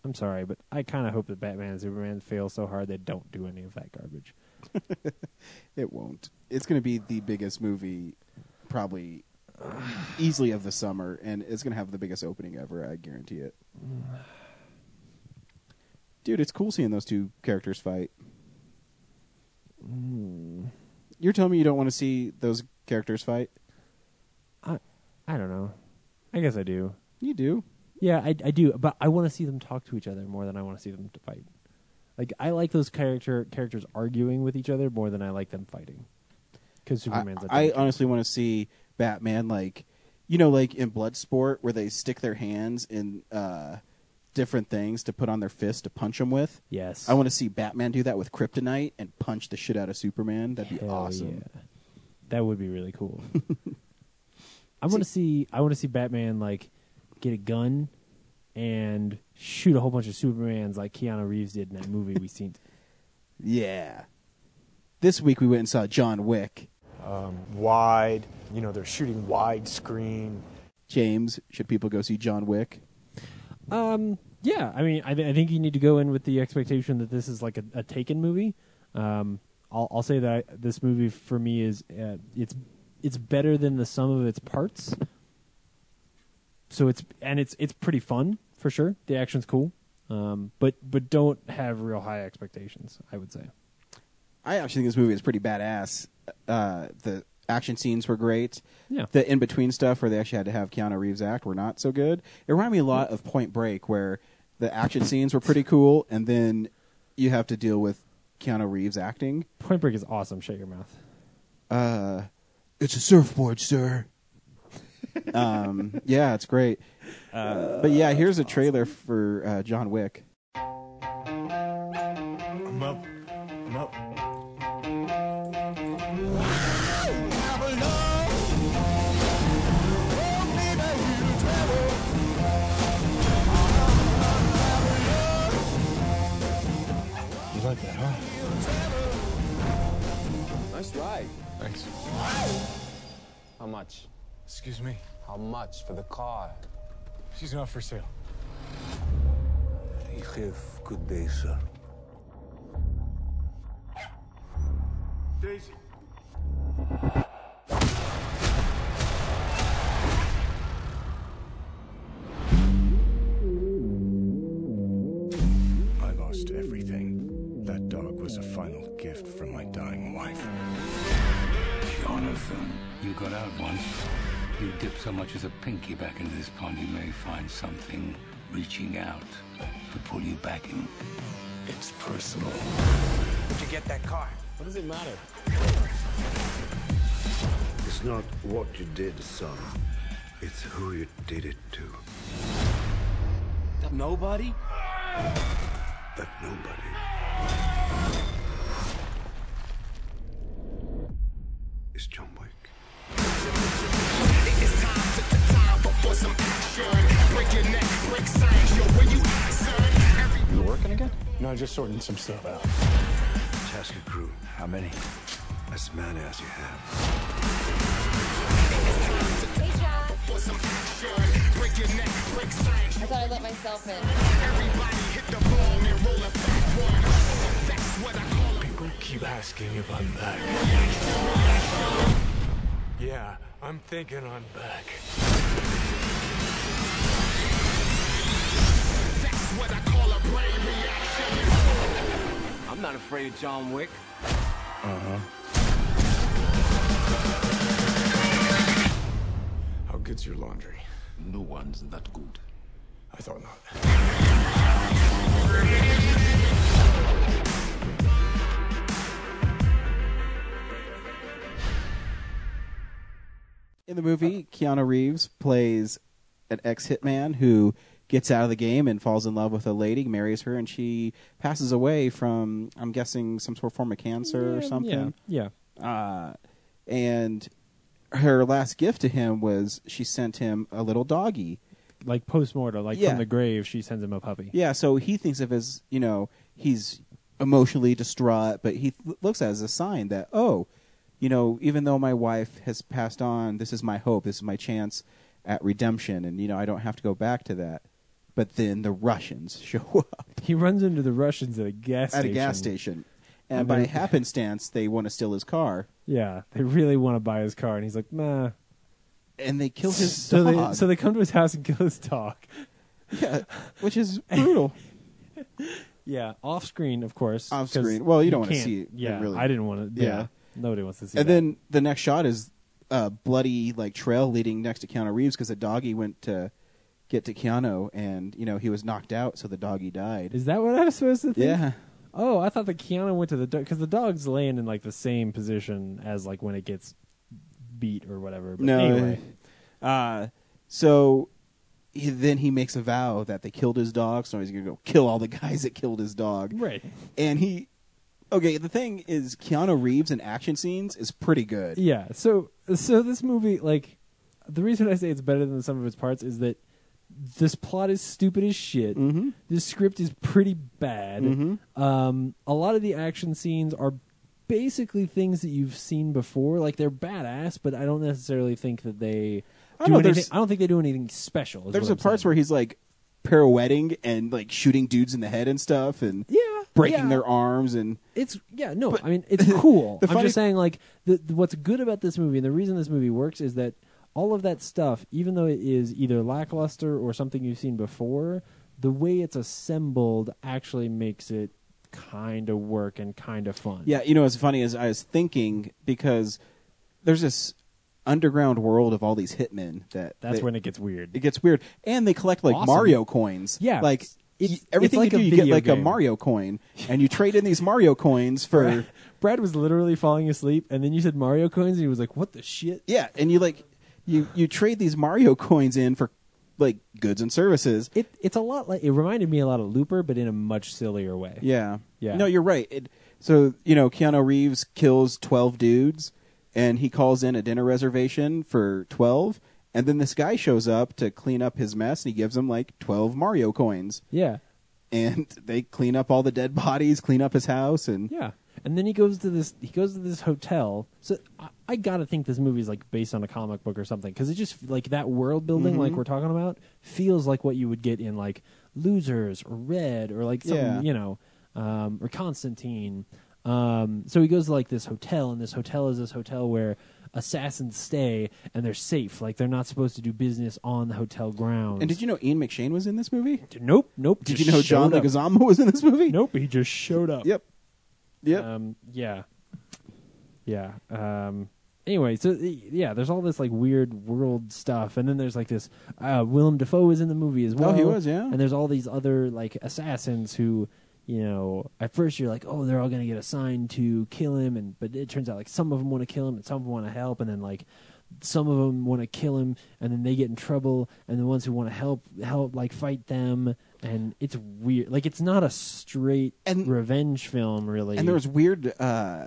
I'm sorry, but I kind of hope that Batman and Superman fail so hard they don't do any of that garbage.
It won't. It's going to be the biggest movie, probably easily of the summer, and it's going to have the biggest opening ever. I guarantee it. Dude, it's cool seeing those two characters fight. You're telling me you don't want to see those characters fight?
I. I don't know. I guess I do.
You do.
Yeah, I, I do, but I want to see them talk to each other more than I want to see them to fight. Like I like those character characters arguing with each other more than I like them fighting. Because Superman's. a
I, I
dick.
honestly want to see Batman like you know like in Bloodsport where they stick their hands in uh, different things to put on their fist to punch them with.
yes.
I want to see Batman do that with Kryptonite and punch the shit out of Superman. That'd be
Hell
awesome.
yeah. That would be really cool. I want to see. I want to see Batman like get a gun and shoot a whole bunch of Supermans like Keanu Reeves did in that movie we seen.
Yeah. This week we went and saw John Wick.
Um, wide, you know, they're shooting wide screen.
James, should people go see John Wick?
Um, yeah, I mean, I, th- I think you need to go in with the expectation that this is like a, a Taken movie. Um, I'll, I'll say that I, this movie for me is uh, it's it's better than the sum of its parts. So it's and it's it's pretty fun for sure. The action's cool, um, but but don't have real high expectations. I would say.
I actually think this movie is pretty badass. Uh, the action scenes were great.
Yeah.
The in between stuff where they actually had to have Keanu Reeves act were not so good. It reminded me a lot of Point Break, where the action scenes were pretty cool, and then you have to deal with Keanu Reeves acting.
Point Break is awesome. Shut your mouth.
Uh, it's a surfboard, sir. um, yeah, it's great.
Uh,
but yeah, here's a trailer for uh, John Wick.
I'm up. I'm up.
You like that, huh?
Nice ride.
Thanks.
How much?
Excuse me.
How much for the car?
She's not for sale.
You have good day, sir.
Daisy.
I lost everything. That dog was a final gift from my dying wife.
Jonathan, you got out once. You dip so much as a pinky back into this pond, you may find something reaching out to pull you back in. It's personal.
Did you get that car? What does it matter?
It's not what you did, son. It's who you did it to.
That nobody?
That nobody. Is John Wick.
You working again? No, just sorting some stuff out. Task a crew. How many?
As many as you have.
I thought I let myself in. Everybody hit the ball and roll it backwards. That's what I call
People keep asking if I'm back. Yeah, I'm thinking I'm back.
I'm not afraid of John Wick.
Uh-huh. How good's your laundry? No one's that good. I thought not.
In the movie, Keanu Reeves plays an ex hitman who gets out of the game and falls in love with a lady, marries her, and she passes away from, I'm guessing, some sort of form of cancer or
Yeah,
something.
yeah,
Uh, and her last gift to him was she sent him a little doggy.
Like postmortem, like
Yeah.
from the grave, she sends him a puppy.
Yeah, so he thinks of as you know he's emotionally distraught, but he th- looks at it as a sign that oh, you know, even though my wife has passed on, this is my hope, this is my chance at redemption, and you know I don't have to go back to that. But then the Russians show up
He runs into the Russians at a gas
at a
station.
gas station, and,
And
by
they're-
happenstance they want to steal his car.
Yeah, they really want to buy his car, and he's like, nah.
And they kill his
so
dog.
They, so they come to his house and kill his dog.
Yeah, which is brutal.
yeah, off screen, of course.
Off
'cause
screen. Well, you don't wanna
can't-
see it,
Yeah,
really.
I didn't want to. Yeah.
Yeah.
nobody wants to see.
and
that.
then the next shot is a bloody like trail leading next to Keanu Reeves because the doggy went to get to Keanu and you know he was knocked out, so the doggy died.
Is that what I was supposed to think?
Yeah.
Oh, I thought that Keanu went to the dog because the dog's laying in like the same position as like when it gets beat or whatever. But
no.
anyway,
Uh, so he, then he makes a vow that they killed his dog, so he's gonna go kill all the guys that killed his dog.
Right.
And he, okay, the thing is, Keanu Reeves in action scenes is pretty good.
Yeah. So so this movie, like, the reason I say it's better than the sum of its parts is that this plot is stupid as shit.
Mhm.
This script is pretty bad.
Mhm.
Um, a lot of the action scenes are basically things that you've seen before. Like they're badass, but I don't necessarily think that they.
I don't
do
know,
anything.
there's-
I don't think they do anything special. is
There's
what
the
I'm saying.
parts where he's like pirouetting and like shooting dudes in the head and stuff, and
yeah,
breaking
yeah.
their arms and
It's yeah, no, I mean it's cool.
the
I'm
funny-
just saying like the, the- what's good about this movie and the reason this movie works is that all of that stuff, even though it is either lackluster or something you've seen before, the way it's assembled actually makes it kind of work and kind of fun.
Yeah, you know, it's funny as I was thinking because there's this underground world of all these hitmen that
That's
that-
when it gets weird.
It gets weird, and they collect like
Awesome.
Mario coins.
Yeah,
like
it's- it's-
y- everything
it's like
you
a
do, you get
video
like a
game.
Mario coin, and you trade in these Mario coins for
Brad was literally falling asleep, and then you said Mario coins, and he was like, "What the shit?"
yeah, and you like you you trade these Mario coins in for like goods and services.
It it's a lot like it reminded me a lot of Looper, but in a much sillier way.
Yeah.
Yeah.
No, you're right. It, so, you know, Keanu Reeves kills 12 dudes and he calls in a dinner reservation for 12. And then this guy shows up to clean up his mess and he gives him like 12 Mario coins.
Yeah.
And they clean up all the dead bodies, clean up his house. And
Yeah, and then he goes to this he goes to this hotel. So I, I gotta think this movie is like based on a comic book or something because it just like that world building like
Mhm.
we're talking about feels like what you would get in like Losers or Red or like some
Yeah.
you know um, or Constantine. Um, so he goes to like this hotel, and this hotel is this hotel where assassins stay and they're safe. Like they're not supposed to do business on the hotel grounds.
And did you know Ian McShane was in this movie?
Nope, nope.
Did
just
you know
showed
John
up.
Leguizamo was in this movie?
Nope, he just showed up.
Yep. Yep.
Um, yeah. Yeah. Um, anyway, so y- yeah, there's all this like weird world stuff, and then there's like this. Uh, Willem Dafoe is in the movie as well.
Oh, he was, yeah.
And there's all these other like assassins who, you know, at first you're like, oh, they're all gonna get assigned to kill him, and but it turns out like some of them want to kill him and some of them want to help, and then like some of them want to kill him, and then they get in trouble, and the ones who want to help help like fight them. And it's weird. Like it's not a straight revenge film, really.
And there was weird uh,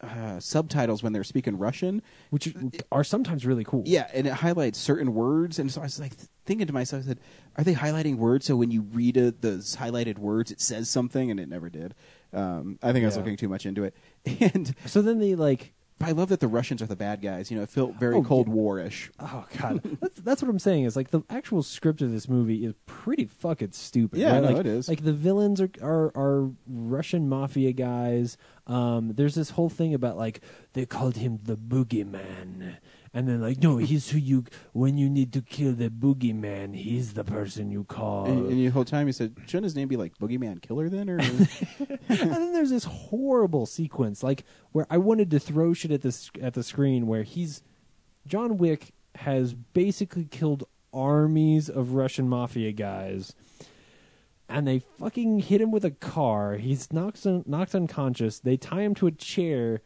uh, subtitles when they were speaking Russian,
which are sometimes really cool.
Uh, Yeah, and it highlights certain words, and so I was like thinking to myself, I said, "Are they highlighting words? So when you read uh those highlighted words, it says something?" And it never did. Um, I think I was
Yeah.
looking too much into it. And
so then they like.
I love that the Russians are the bad guys. You know, it felt very
Oh,
Cold
yeah.
War-ish.
Oh god, that's that's what I'm saying. Is like the actual script of this movie is pretty fucking stupid.
Yeah,
right?
no,
like,
it is.
Like the villains are are, are Russian mafia guys. Um, there's this whole thing about like they called him the boogeyman, and then like no, he's who you when you need to kill the boogeyman, he's the person you call.
And, and the whole time you said, "Shouldn't his name be like Boogeyman Killer then?" Or
and then there's this horrible sequence, like where I wanted to throw shit at this at the screen, where he's John Wick has basically killed armies of Russian mafia guys, and they fucking hit him with a car. He's knocked un- knocked unconscious. They tie him to a chair,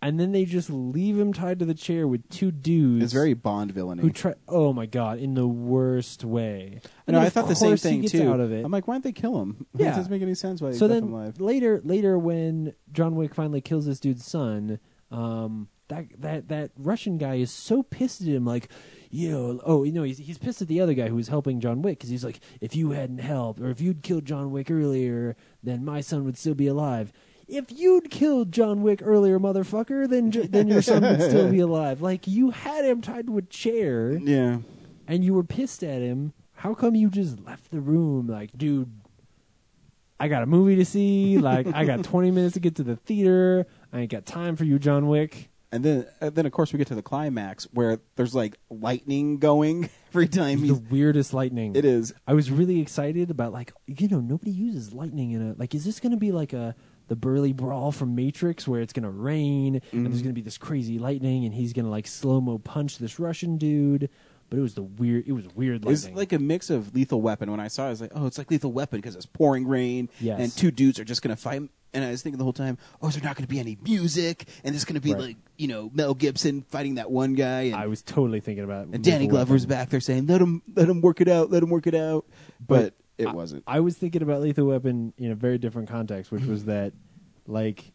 and then they just leave him tied to the chair with two dudes.
it's very Bond villainy.
who try. Oh my god! In the worst way.
no,
And then
I
of
thought the same
course he
thing
gets
too.
Out of it
I'm like, why didn't they kill him?
Yeah.
it doesn't make any sense. Why they
so
left
then
him alive?
later later when John Wick finally kills this dude's son, um, that that that Russian guy is so pissed at him, like, you know, oh, you know, he's he's pissed at the other guy who was helping John Wick because he's like, if you hadn't helped or if you'd killed John Wick earlier, then my son would still be alive. If you'd killed John Wick earlier, motherfucker, then j- then your son would still be alive. Like you had him tied to a chair
Yeah.
and you were pissed at him, how come you just left the room? Like, dude, I got a movie to see. Like, I got 20 minutes to get to the theater. I ain't got time for you, John Wick.
And then, uh, then of course, we get to the climax where there's like lightning going every time.
The
He's,
weirdest lightning.
it is.
I was really excited about like you know nobody uses lightning in a like is this going to be like a the burly brawl from Matrix where it's going to rain and
Mm-hmm.
there's going to be this crazy lightning and he's going to like slow mo punch this Russian dude. But it was the weird. It was weird lightning.
It's like a mix of Lethal Weapon. When I saw, it, I was like, "Oh, it's like Lethal Weapon because it's pouring rain,
Yes.
and two dudes are just going to fight." And I was thinking the whole time, "Oh, is there not going to be any music? And there's going to be
Right.
like, you know, Mel Gibson fighting that one guy, and,
I was totally thinking about.
and Danny
Lethal
Glover's
Weapon.
back there saying, "Let him, let him work it out, let him work it out." But, it
I-
wasn't.
I was thinking about Lethal Weapon in a very different context, which was that, like,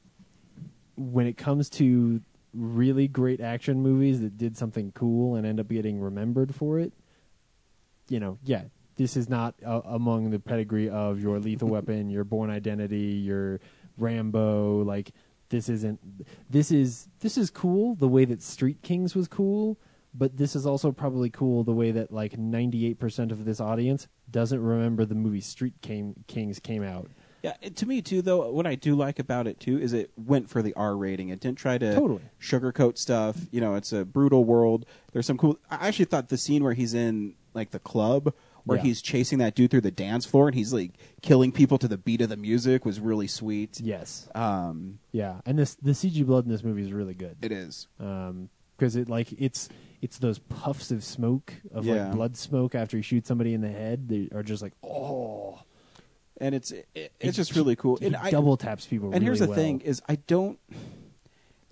when it comes to really great action movies that did something cool and end up getting remembered for it, you know, yeah, this is not uh, among the pedigree of your Lethal Weapon, your Born Identity, your Rambo. Like this isn't. This is this is cool the way that Street Kings was cool, but this is also probably cool the way that like ninety eight percent of this audience doesn't remember the movie Street Came, Kings came out.
Yeah, it- to me too. Though what I do like about it too is it went for the R rating. It didn't try to
Totally.
sugarcoat stuff. You know, it's a brutal world. There's some cool. I actually thought the scene where he's in like the club where
Yeah.
he's chasing that dude through the dance floor and he's like killing people to the beat of the music was really sweet.
Yes.
Um.
Yeah, and this the CG blood in this movie is really good.
It is
because it like it's it's those puffs of smoke of
Yeah.
like blood smoke after you shoot somebody in the head. They are just like oh,
and it's it, it's just really cool.
He
and I-
double taps people.
And here's the
really well.
thing: is I don't.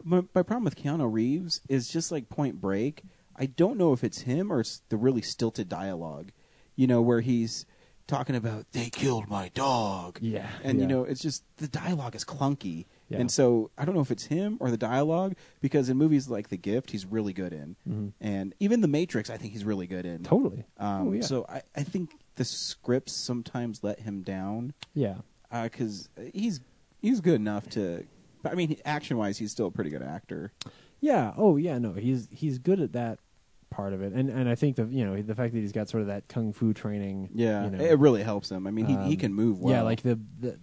My, my problem with Keanu Reeves is just like Point Break. I don't know if it's him or it's the really stilted dialogue, you know, where he's talking about they killed my dog.
Yeah,
and you
yeah.
know, it's just the dialogue is clunky.
Yeah.
And so I don't know if it's him or the dialogue because in movies like The Gift, he's really good in,
Mhm.
and even The Matrix, I think he's really good in.
Totally.
Um,
Oh, yeah.
So I, I think the scripts sometimes let him down
Yeah,
because Uh, he's he's good enough to. But I mean, action wise, he's still a pretty good actor.
yeah. Oh yeah, no, he's he's good at that part of it, and and I think the you know the fact that he's got sort of that kung fu training.
Yeah,
you know,
it really helps him. I mean, he, he
Um,
can move well.
Yeah, like the, the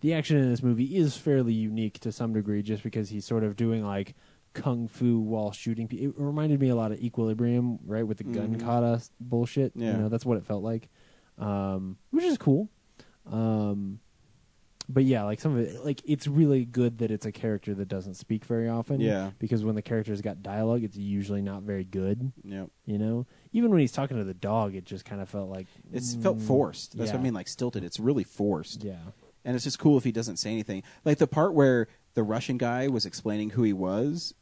the action in this movie is fairly unique to some degree, just because he's sort of doing like kung fu while shooting. pe- It reminded me a lot of Equilibrium, right, with the gun
Mhm.
kata s- bullshit.
Yeah.
you know, that's what it felt like, um, which is cool. Um, but yeah, like some of it, like it's really good that it's a character that doesn't speak very often.
Yeah.
because when the character's got dialogue, it's usually not very good.
Yep.
You know, even when he's talking to the dog, it just kind of felt like
it's felt
mm,
forced. That's what I
yeah.
mean. Like stilted. It's really forced.
Yeah.
and it's just cool if he doesn't say anything. Like the part where the Russian guy was explaining who he was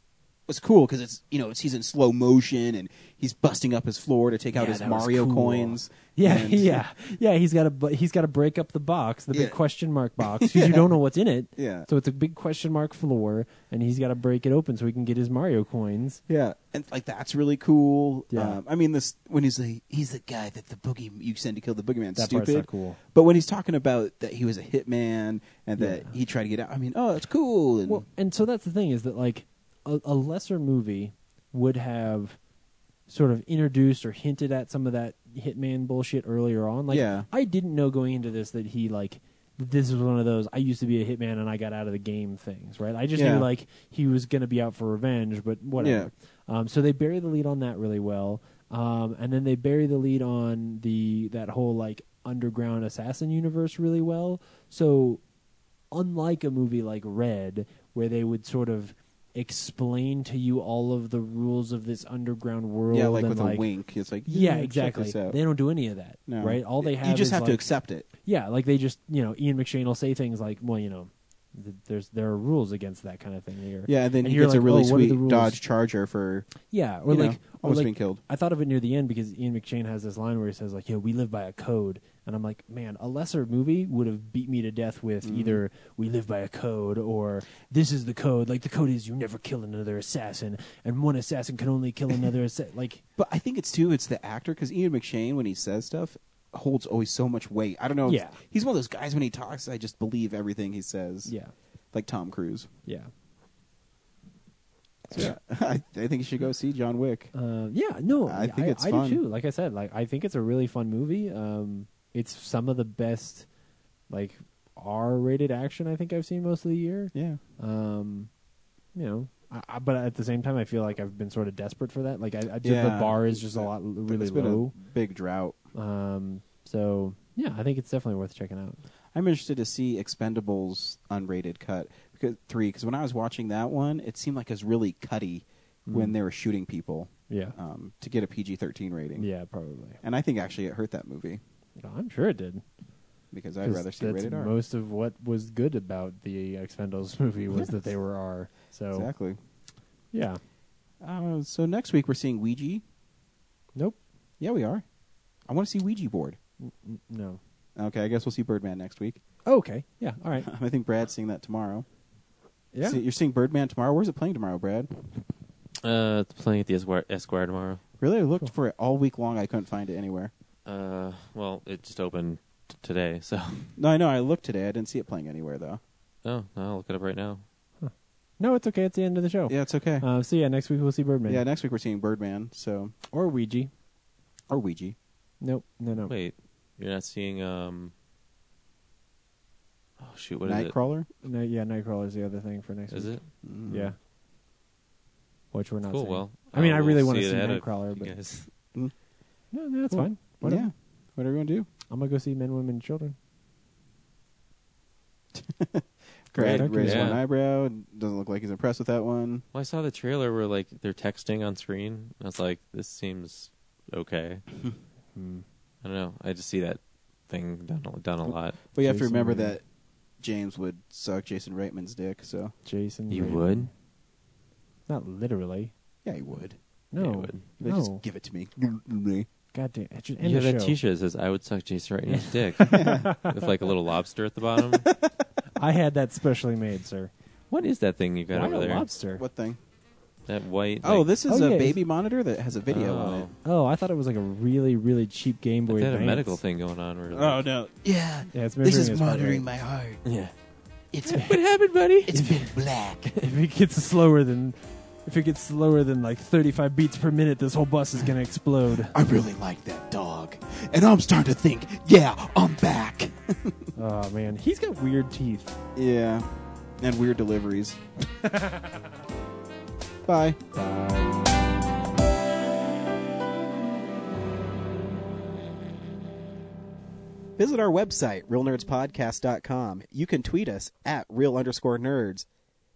was cool because it's you know it's he's in slow motion and he's busting up his floor to take out
Yeah,
his
that was
Mario
cool.
coins.
Yeah,
and-
yeah, yeah. He's got to bu- he's got to break up the box, the
Yeah.
big question mark box, because you don't know what's in it.
Yeah.
So it's a big question mark floor, and he's got to break it open so he can get his Mario coins.
Yeah, and like that's really cool.
Yeah.
Um, I mean, this when he's like, he's the guy that the boogie you send to kill the boogeyman.
That
stupid.
part's not cool.
But when he's talking about that he was a hitman and that he tried to get out, I mean, oh, that's cool. And
Well, and so that's the thing is that like a, a lesser movie would have sort of introduced or hinted at some of that hitman bullshit earlier on. Like
Yeah.
I didn't know going into this that he like that this was one of those I used to be a hitman and I got out of the game things, right? I just
Yeah.
knew like he was going to be out for revenge, but whatever. Um so they bury the lead on that really well. Um and then they bury the lead on the that whole like underground assassin universe really well. So unlike a movie like Red, where they would sort of explain to you all of the rules of this underground world.
yeah, like
and,
with
like,
a wink, it's like "Mm,
Yeah,
check
exactly.
this out.
They don't do any of that,
No.
right? All they have
you just
is
have to
like-
accept it.
Yeah, like they just you know Ian McShane will say things like, well, you know, th- there's there are rules against that kind of thing. Here.
Yeah, and then he
you're
gets a
like,
really
"Oh, what are the
sweet
rules?"
Dodge Charger for
Yeah, or
you know,
like or
almost
like-
being killed.
I thought of it near the end because Ian McShane has this line where he says like, "Yeah, we live by a code," and I'm like, "Man, a lesser movie would have beat me to death with
Mm-hmm.
either we live by a code or this is the code. Like the code is you never kill another assassin, and one assassin can only kill another assassin. Like
But I think it's too. It's the actor because Ian McShane when he says stuff holds always so much weight. I don't know. if-
Yeah.
he's one of those guys when he talks, I just believe everything he says.
Yeah.
like Tom Cruise.
yeah,
So, yeah, I, I think you should go see John Wick.
uh, yeah, no,
I think it's
I
fun.
do too. Like I said, like I think it's a really fun movie. Um, it's some of the best like R-rated action I think I've seen most of the year.
Yeah.
um, you know. I, I, but at the same time, I feel like I've been sort of desperate for that. Like I, I the
Yeah.
bar is just a lot really
it's been
low.
a big drought.
Um, so yeah, I think it's definitely worth checking out.
I'm interested to see Expendables unrated cut because three. Because when I was watching that one, it seemed like it was really cutty when
Mm.
they were shooting people.
Yeah.
um, to get a PG-13 rating.
Yeah, probably. Oh,
and I think actually it hurt that movie
I'm sure it did.
because I'd
'Cause
rather see
that's
rated R.
Most of what was good about the Expendables movie was that they were R. So
Exactly.
yeah,
Uh, so next week we're seeing Ouija.
Nope.
Yeah, we are. I want to see Ouija board.
N- no.
Okay, I guess we'll see Birdman next week.
Oh, okay. Yeah. All right.
I think Brad's seeing that tomorrow.
Yeah.
See, you're seeing Birdman tomorrow. Where's it playing tomorrow, Brad?
Uh, it's playing at the Esquire, Esquire tomorrow.
Really, I looked for it all week long. I couldn't find it anywhere.
Uh, well, it just opened t- today, so
No, I know. I looked today. I didn't see it playing anywhere though.
oh, I'll look it up right now.
No, it's okay. It's the end of the show.
Yeah, it's okay.
Uh, so yeah, next week we'll see Birdman.
Yeah, next week we're seeing Birdman. So
or Ouija.
Or Ouija.
Nope. No. No.
Wait, you're not seeing um. Oh shoot! What is it?
Nightcrawler.
No, yeah, Nightcrawler's the other thing for next
Is
week.
it?
Mm.
Yeah. Which we're not.
Mm-hmm. Cool.
seeing.
Well,
I mean, I
will
really want to
it
see
ahead of
Nightcrawler,
you
but
guys.
no, no, that's
Cool.
fine. Whatever.
Yeah. Whatever you want to do.
I'm gonna go see Men, Women, and Children.
Brad
Okay.
raised one
Yeah.
eyebrow. Doesn't look like he's impressed with that one.
Well, I saw the trailer where like they're texting on screen, and I was like, "This seems okay."
Hmm.
I don't know. I just see that thing done a- done a lot.
But you have to
Jason
remember
Reitman.
that James would suck Jason Reitman's dick. So
Jason.
You
Reitman.
would?
Not literally.
yeah, he would.
No.
you would.
They
no.
just give it to me. Give it to me.
God damn. It should end
You have
the
that
show.
T-shirt that says "I would suck Jason right in his dick" with like a little lobster at the bottom.
I had that specially made, sir.
what is that thing you've got
Why
over
a
there?
lobster?
What thing?
That white.
oh,
like-
this is
Oh,
a
yeah,
baby monitor that has a video on
Oh.
it.
Oh, I thought it was like a really, really cheap Game
They
Boy.
had a
Advance.
medical thing going on. Where
Oh
like,
no! Yeah,
Yeah, it's
this
measuring
is
his heart
monitoring
rate.
my heart.
yeah.
It's
What happened, buddy?
it's been black.
If it gets slower than, if it gets slower than like 35 beats per minute, this whole bus is gonna explode.
I really like that dog, and I'm starting to think, yeah, I'm back.
oh man, he's got weird teeth.
Yeah, and weird deliveries. Bye. Visit our website, realnerdspodcast.com. You can tweet us at real underscore nerds.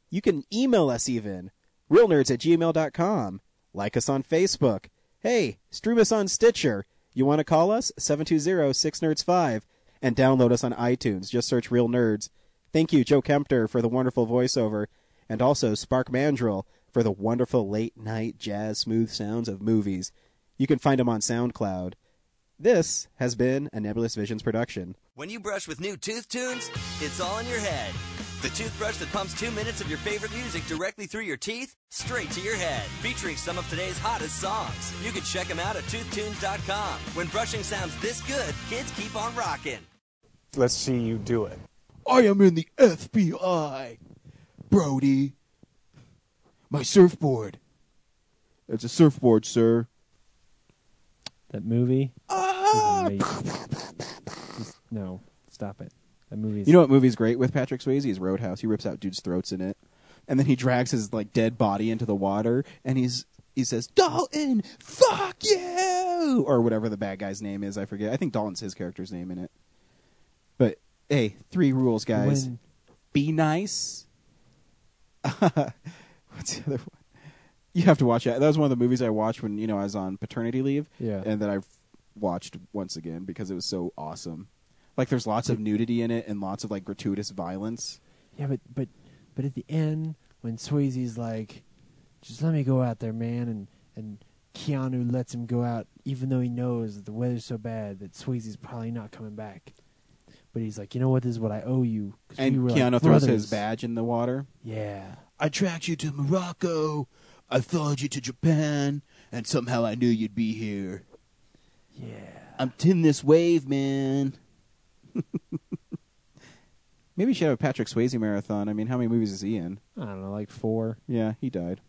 You can email us even, realnerds at gmail.com. Like us on Facebook. Hey, stream us on Stitcher. You want to call us? 720-6nerds5. And download us on iTunes. Just search Real Nerds. Thank you, Joe Kempter, for the wonderful voiceover. And also Spark Mandrill for the wonderful late-night jazz smooth sounds of movies. You can find him on SoundCloud. This has been a Nebulous Visions production.
When you brush with new Tooth Tunes, it's all in your head. The toothbrush that pumps two minutes of your favorite music directly through your teeth, straight to your head, featuring some of today's hottest songs. You can check them out at toothtunes.com. When brushing sounds this good, kids keep on rocking.
Let's see you do it.
I am in the FBI. Brody. My surfboard. It's a surfboard, sir.
That movie. Ah! Just, no, stop it. That movie's.
You know what movie's great with Patrick Swayze is Roadhouse. He rips out dudes' throats in it. And then he drags his like dead body into the water and he's he says, Dalton, fuck you or whatever the bad guy's name is, I forget. I think Dalton's his character's name in it. But hey, three rules, guys.
When-
Be nice. What's the other one? You have to watch it. That was one of the movies I watched when, you know, I was on paternity leave.
Yeah.
And that I've watched once again because it was so awesome. Like there's lots of nudity in it and lots of like gratuitous violence.
Yeah, but but but at the end when Swayze's like, just let me go out there, man, and and Keanu lets him go out even though he knows that the weather's so bad that Swayze's probably not coming back. But he's like, you know what? This is what I owe you. 'Cause we
And
were
Keanu
like
throws his
brothers."
badge in the water.
Yeah.
I tracked you to Morocco. I followed you to Japan, and somehow I knew you'd be here.
Yeah.
I'm tin this wave, man. Maybe you should have a Patrick Swayze marathon. I mean, how many movies is he in?
I don't know, like four.
Yeah, he died.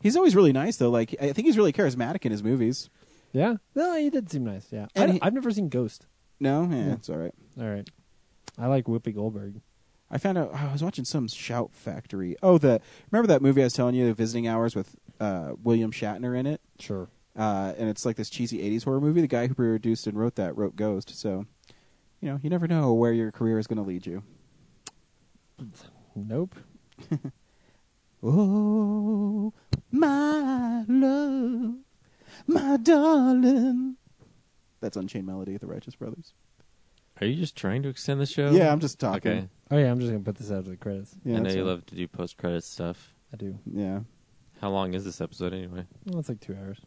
He's always really nice though. Like I think he's really charismatic in his movies.
Yeah. No, he did seem nice. Yeah. I,
And he-
have never seen Ghost.
No, yeah,
Yeah.
it's all right.
All right. I like Whoopi Goldberg.
I found out I was watching some Shout Factory. Oh, the remember that movie I was telling you, The Visiting Hours with uh, William Shatner in it,
Sure.
uh, and it's like this cheesy '80s horror movie. The guy who produced and wrote that wrote Ghost, so you know you never know where your career is going to lead you.
Nope.
Oh, my love, my darling. That's Unchained Melody of the Righteous Brothers.
Are you just trying to extend the show?
Yeah, I'm just talking.
Okay.
Oh yeah, I'm just gonna put this out to the credits.
Yeah,
I know
that's
you
fine.
love to do post credit stuff.
I do.
Yeah.
How long is this episode anyway?
Well, it's like two hours.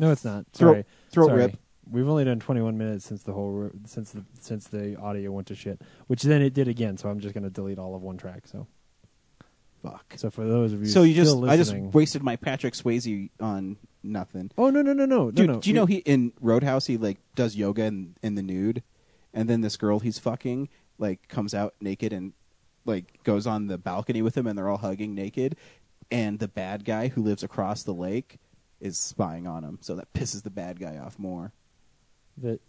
No, it's not.
Throat-
Sorry,
throat
Sorry.
rip.
We've only done 21 minutes since the whole since the since the audio went to shit, which then it did again. So I'm just gonna delete all of one track. So
Fuck.
so for those of you,
So you just
still
I just
listening-
wasted my Patrick Swayze on nothing.
Oh no no no no
Dude,
no no.
do you know he in Roadhouse he like does yoga in, in the nude, and then this girl he's fucking like comes out naked and like goes on the balcony with him, and they're all hugging naked, and the bad guy who lives across the lake is spying on him, so that pisses the bad guy off more.
that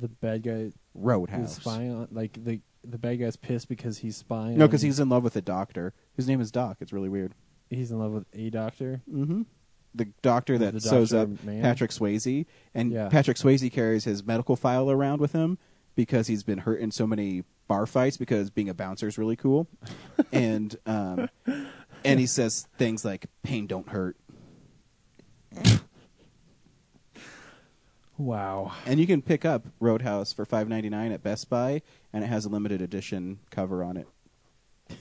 the bad guy
Roadhouse.
is spying on like the the bad guy's pissed because he's spying.
No,
on-
because he's in love with a doctor whose name is Doc. It's really weird.
he's in love with a doctor.
Mm-hmm. The doctor that
The
sews up
doctor man?
Patrick Swayze, and
Yeah.
Patrick Swayze carries his medical file around with him because he's been hurt in so many bar fights. Because being a bouncer is really cool, and um, and he says things like "pain don't hurt,"
Wow.
and you can pick up Roadhouse for five ninety nine at Best Buy, and it has a limited edition cover on it.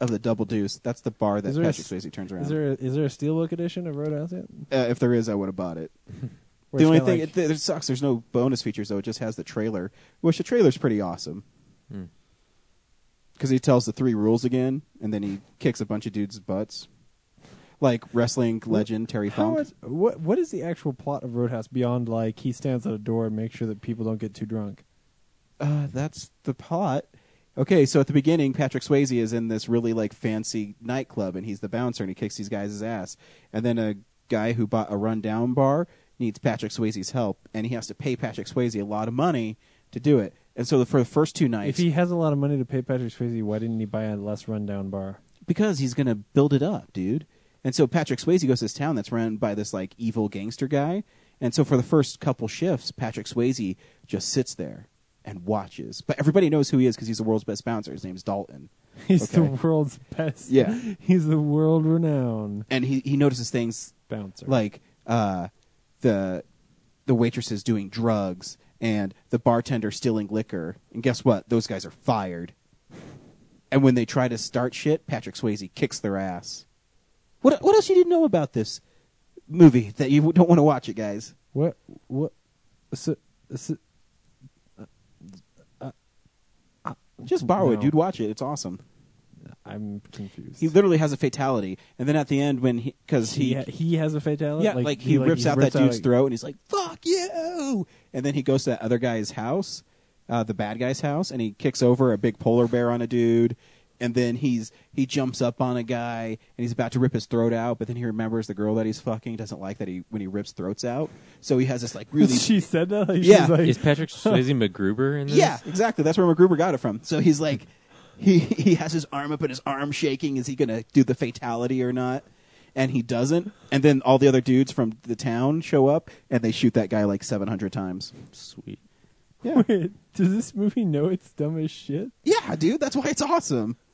Of the Double Deuce, that's the bar that
Is there a
Patrick
s-
Swayze turns around.
Is there a, is there a steelbook edition of Roadhouse yet?
Uh, if there is, I would have bought it.
Where
the
it's
only
kinda
thing
like-
it, it sucks. There's no bonus features though. It just has the trailer, which the trailer's pretty awesome.
Hmm.
Because he tells the three rules again, and then he kicks a bunch of dudes' butts, like wrestling legend Terry
How
Funk.
is, what what is the actual plot of Roadhouse beyond like he stands at a door and makes sure that people don't get too drunk?
uh, that's the plot. Okay, so at the beginning, Patrick Swayze is in this really like fancy nightclub, and he's the bouncer, and he kicks these guys' ass. And then a guy who bought a rundown bar needs Patrick Swayze's help, and he has to pay Patrick Swayze a lot of money to do it. And so the, for the first two nights,
If he has a lot of money to pay Patrick Swayze, why didn't he buy a less rundown bar?
because he's going to build it up, dude. And so Patrick Swayze goes to this town that's run by this like evil gangster guy. And so for the first couple shifts, Patrick Swayze just sits there and watches. But everybody knows who he is because he's the world's best bouncer. His name's Dalton.
He's the
Okay.
world's best.
Yeah.
he's the world renowned.
and he he notices things
Bouncer.
like uh, the the waitresses doing drugs and the bartender stealing liquor. And guess what? Those guys are fired. And when they try to start shit, Patrick Swayze kicks their ass. What what else you didn't know about this movie that you don't want to watch it, guys?
What what? So, so,
Just borrow it,
No.
dude. Watch it. It's awesome.
I'm confused.
He literally has a fatality, and then at the end when he because he
he he has a fatality.
Yeah, like, he, rips out that dude's throat, and he's like, "Fuck you!" And then he goes to that other guy's house, uh, the bad guy's house, and he kicks over a big polar bear on a dude. And then he's he jumps up on a guy, and he's about to rip his throat out, but then he remembers the girl that he's fucking doesn't like that he when he rips throats out. So he has this like really
she said that. Like,
Yeah.
she's like,
Is Patrick Swayze MacGruber in this?
yeah, exactly. That's where MacGruber got it from. So he's like, he he has his arm up and his arm shaking. Is he gonna do the fatality or not? And he doesn't. And then all the other dudes from the town show up and they shoot that guy like seven hundred times.
Sweet.
Yeah.
Wait, does this movie know it's dumb as shit?
Yeah, dude. That's why it's awesome.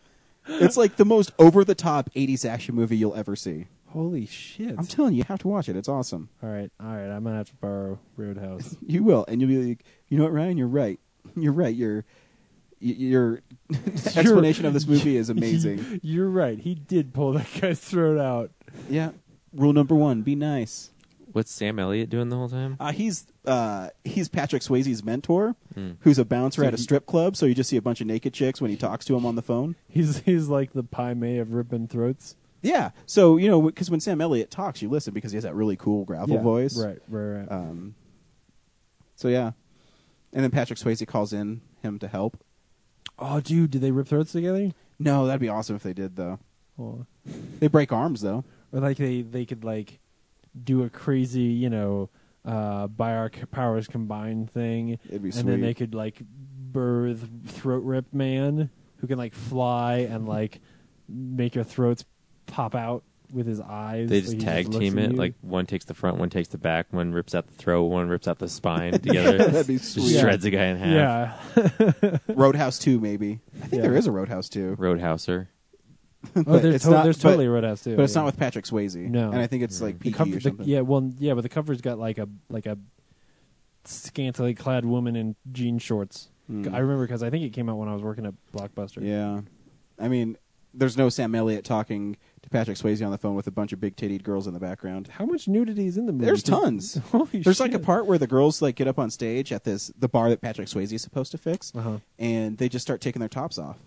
It's like the most over the top '80s action movie you'll ever see.
Holy shit!
I'm telling you, you have to watch it. It's awesome.
all right, all right. I'm gonna have to borrow Roadhouse.
You will, and you'll be like, you know what, Ryan? You're right. You're right. Your your explanation of this movie is amazing.
You're right. He did pull that guy's throat out.
Yeah. Rule number one: be nice.
What's Sam Elliott doing the whole time?
Uh, he's uh, he's Patrick Swayze's mentor,
Hmm.
who's a bouncer
So
at a
he-
strip club. So you just see a bunch of naked chicks when he talks to him on the phone.
He's he's like the pie may of ripping throats.
Yeah. So you know, because when Sam Elliott talks, you listen because he has that really cool gravel
Yeah,
voice.
Right, right, right.
Um, so yeah, and then Patrick Swayze calls in him to help.
oh, dude, did they rip throats together?
No, that'd be awesome if they did though.
Or,
They break arms though.
or like they they could like do a crazy you know uh by our c- powers combined thing,
It'd be
and then they
sweet.
could like birth throat rip man who can like fly and like make your throats pop out with his eyes.
They
so he
just tag
looks
team
at
it.
you.
Like one takes the front, one takes the back, one rips out the throat, one rips out the spine together.
That'd be
Just
sweet.
Shreds a guy in half.
yeah,
Roadhouse Two, maybe. I think
Yeah.
there is a Roadhouse Two.
Roadhouser.
Oh,
But
there's,
it's
to-
not-
there's
but-
totally a Roadhouse too.
but it's
yeah.
not with Patrick Swayze.
No.
and I think it's like PG
the cover.
or
the-
something.
yeah, well, yeah, but the cover's got like a like a scantily clad woman in jean shorts.
Mm.
I remember because I think it came out when I was working at Blockbuster.
Yeah. I mean, there's no Sam Elliott talking to Patrick Swayze on the phone with a bunch of big tittied girls in the background.
How much nudity is in the movie?
There's tons.
Holy
There's like a
shit.
part where the girls like get up on stage at this the bar that Patrick Swayze is supposed to fix,
Uh-huh.
and they just start taking their tops off.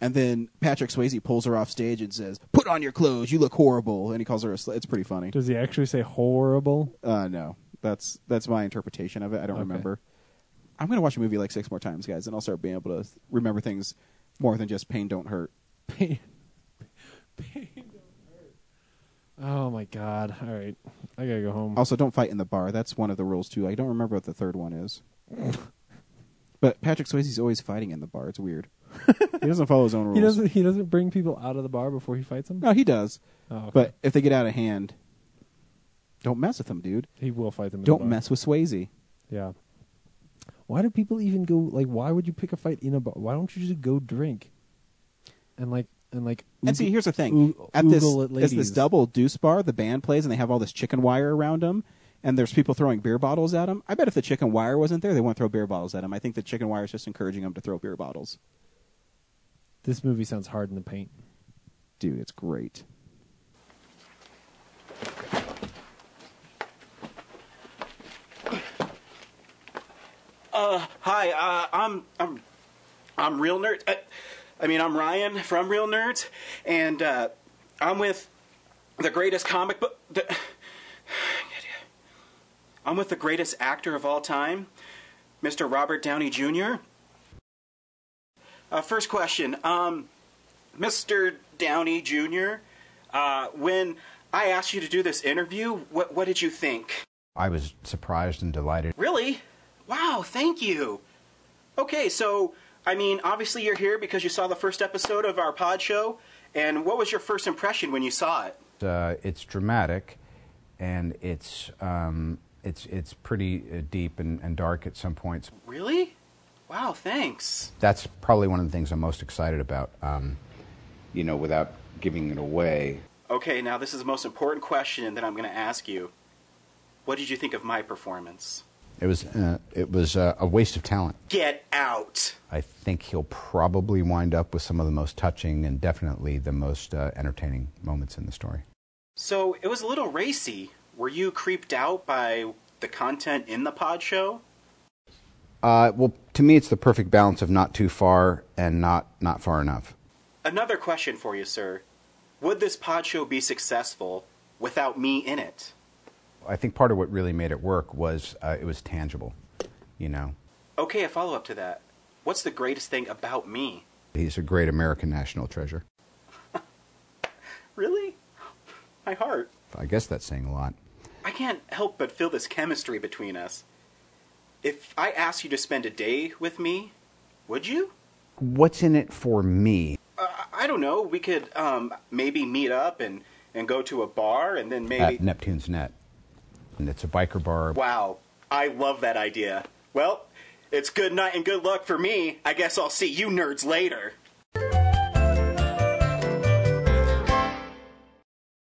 And then Patrick Swayze pulls her off stage and says, "Put on your clothes. You look horrible." And he calls her a slut. It's pretty funny.
Does he actually say horrible?
Uh, no, that's that's my interpretation of it. I don't
Okay.
remember. I'm gonna watch a movie like six more times, guys, and I'll start being able to remember things more than just pain don't hurt.
Pain. Oh my god! All right, I gotta go home.
Also, don't fight in the bar. That's one of the rules too. I don't remember what the third one is. but Patrick Swayze's always fighting in the bar. It's weird. he doesn't follow his own rules.
he doesn't. He doesn't bring people out of the bar before he fights them.
No, he does.
Oh, okay.
But if they get out of hand, don't mess with them, dude.
He will fight them. in the
Don't
bar.
mess with Swayze.
Yeah. Why do people even go? Like, why would you pick a fight in a bar? Why don't you just go drink? And like, and like.
And see,
oog-
here's the thing:
oog-
at this,
oogle at
it's this
ladies.
double deuce bar. The band plays, and they have all this chicken wire around them. And there's people throwing beer bottles at them. I bet if the chicken wire wasn't there, they wouldn't throw beer bottles at them. I think the chicken wire is just encouraging them to throw beer bottles.
This movie sounds hard in the paint.
Dude, it's great.
Uh, hi. Uh, I'm I'm I'm real nerd. Uh, I mean, I'm Ryan from Real Nerds, and uh, I'm with the greatest comic book. The, I'm with the greatest actor of all time, Mr. Robert Downey Jr. Uh, first question, um, Mr. Downey Jr. Uh, when I asked you to do this interview, what what did you think?
I was surprised and delighted.
Really? Wow, thank you. Okay, so, I mean, obviously you're here because you saw the first episode of our pod show, and what was your first impression when you saw it?
Uh, it's dramatic, and it's um, it's it's pretty uh, deep and, and dark at some points.
Really? Wow, thanks.
That's probably one of the things I'm most excited about. Um, you know, without giving it away.
Okay, now this is the most important question that I'm going to ask you. What did you think of my performance?
It was uh, it was uh, a waste of talent.
Get out!
I think he'll probably wind up with some of the most touching and definitely the most uh, entertaining moments in the story.
So, it was a little racy. Were you creeped out by the content in the pod show?
Uh, well, to me, it's the perfect balance of not too far and not not far enough.
Another question for you, sir. Would this pod show be successful without me in it?
I think part of what really made it work was uh, it was tangible. You know,
Okay, a follow up to that. What's the greatest thing about me?
he's a great American national treasure.
Really? My heart.
I guess that's saying a lot.
I can't help but feel this chemistry between us. If I asked you to spend a day with me, would you?
What's in it for me?
Uh, I don't know. We could um, maybe meet up and, and go to a bar and then maybe.
At Neptune's Net, and it's a biker bar.
Wow, I love that idea. Well, it's good night and good luck for me. I guess I'll see you nerds later.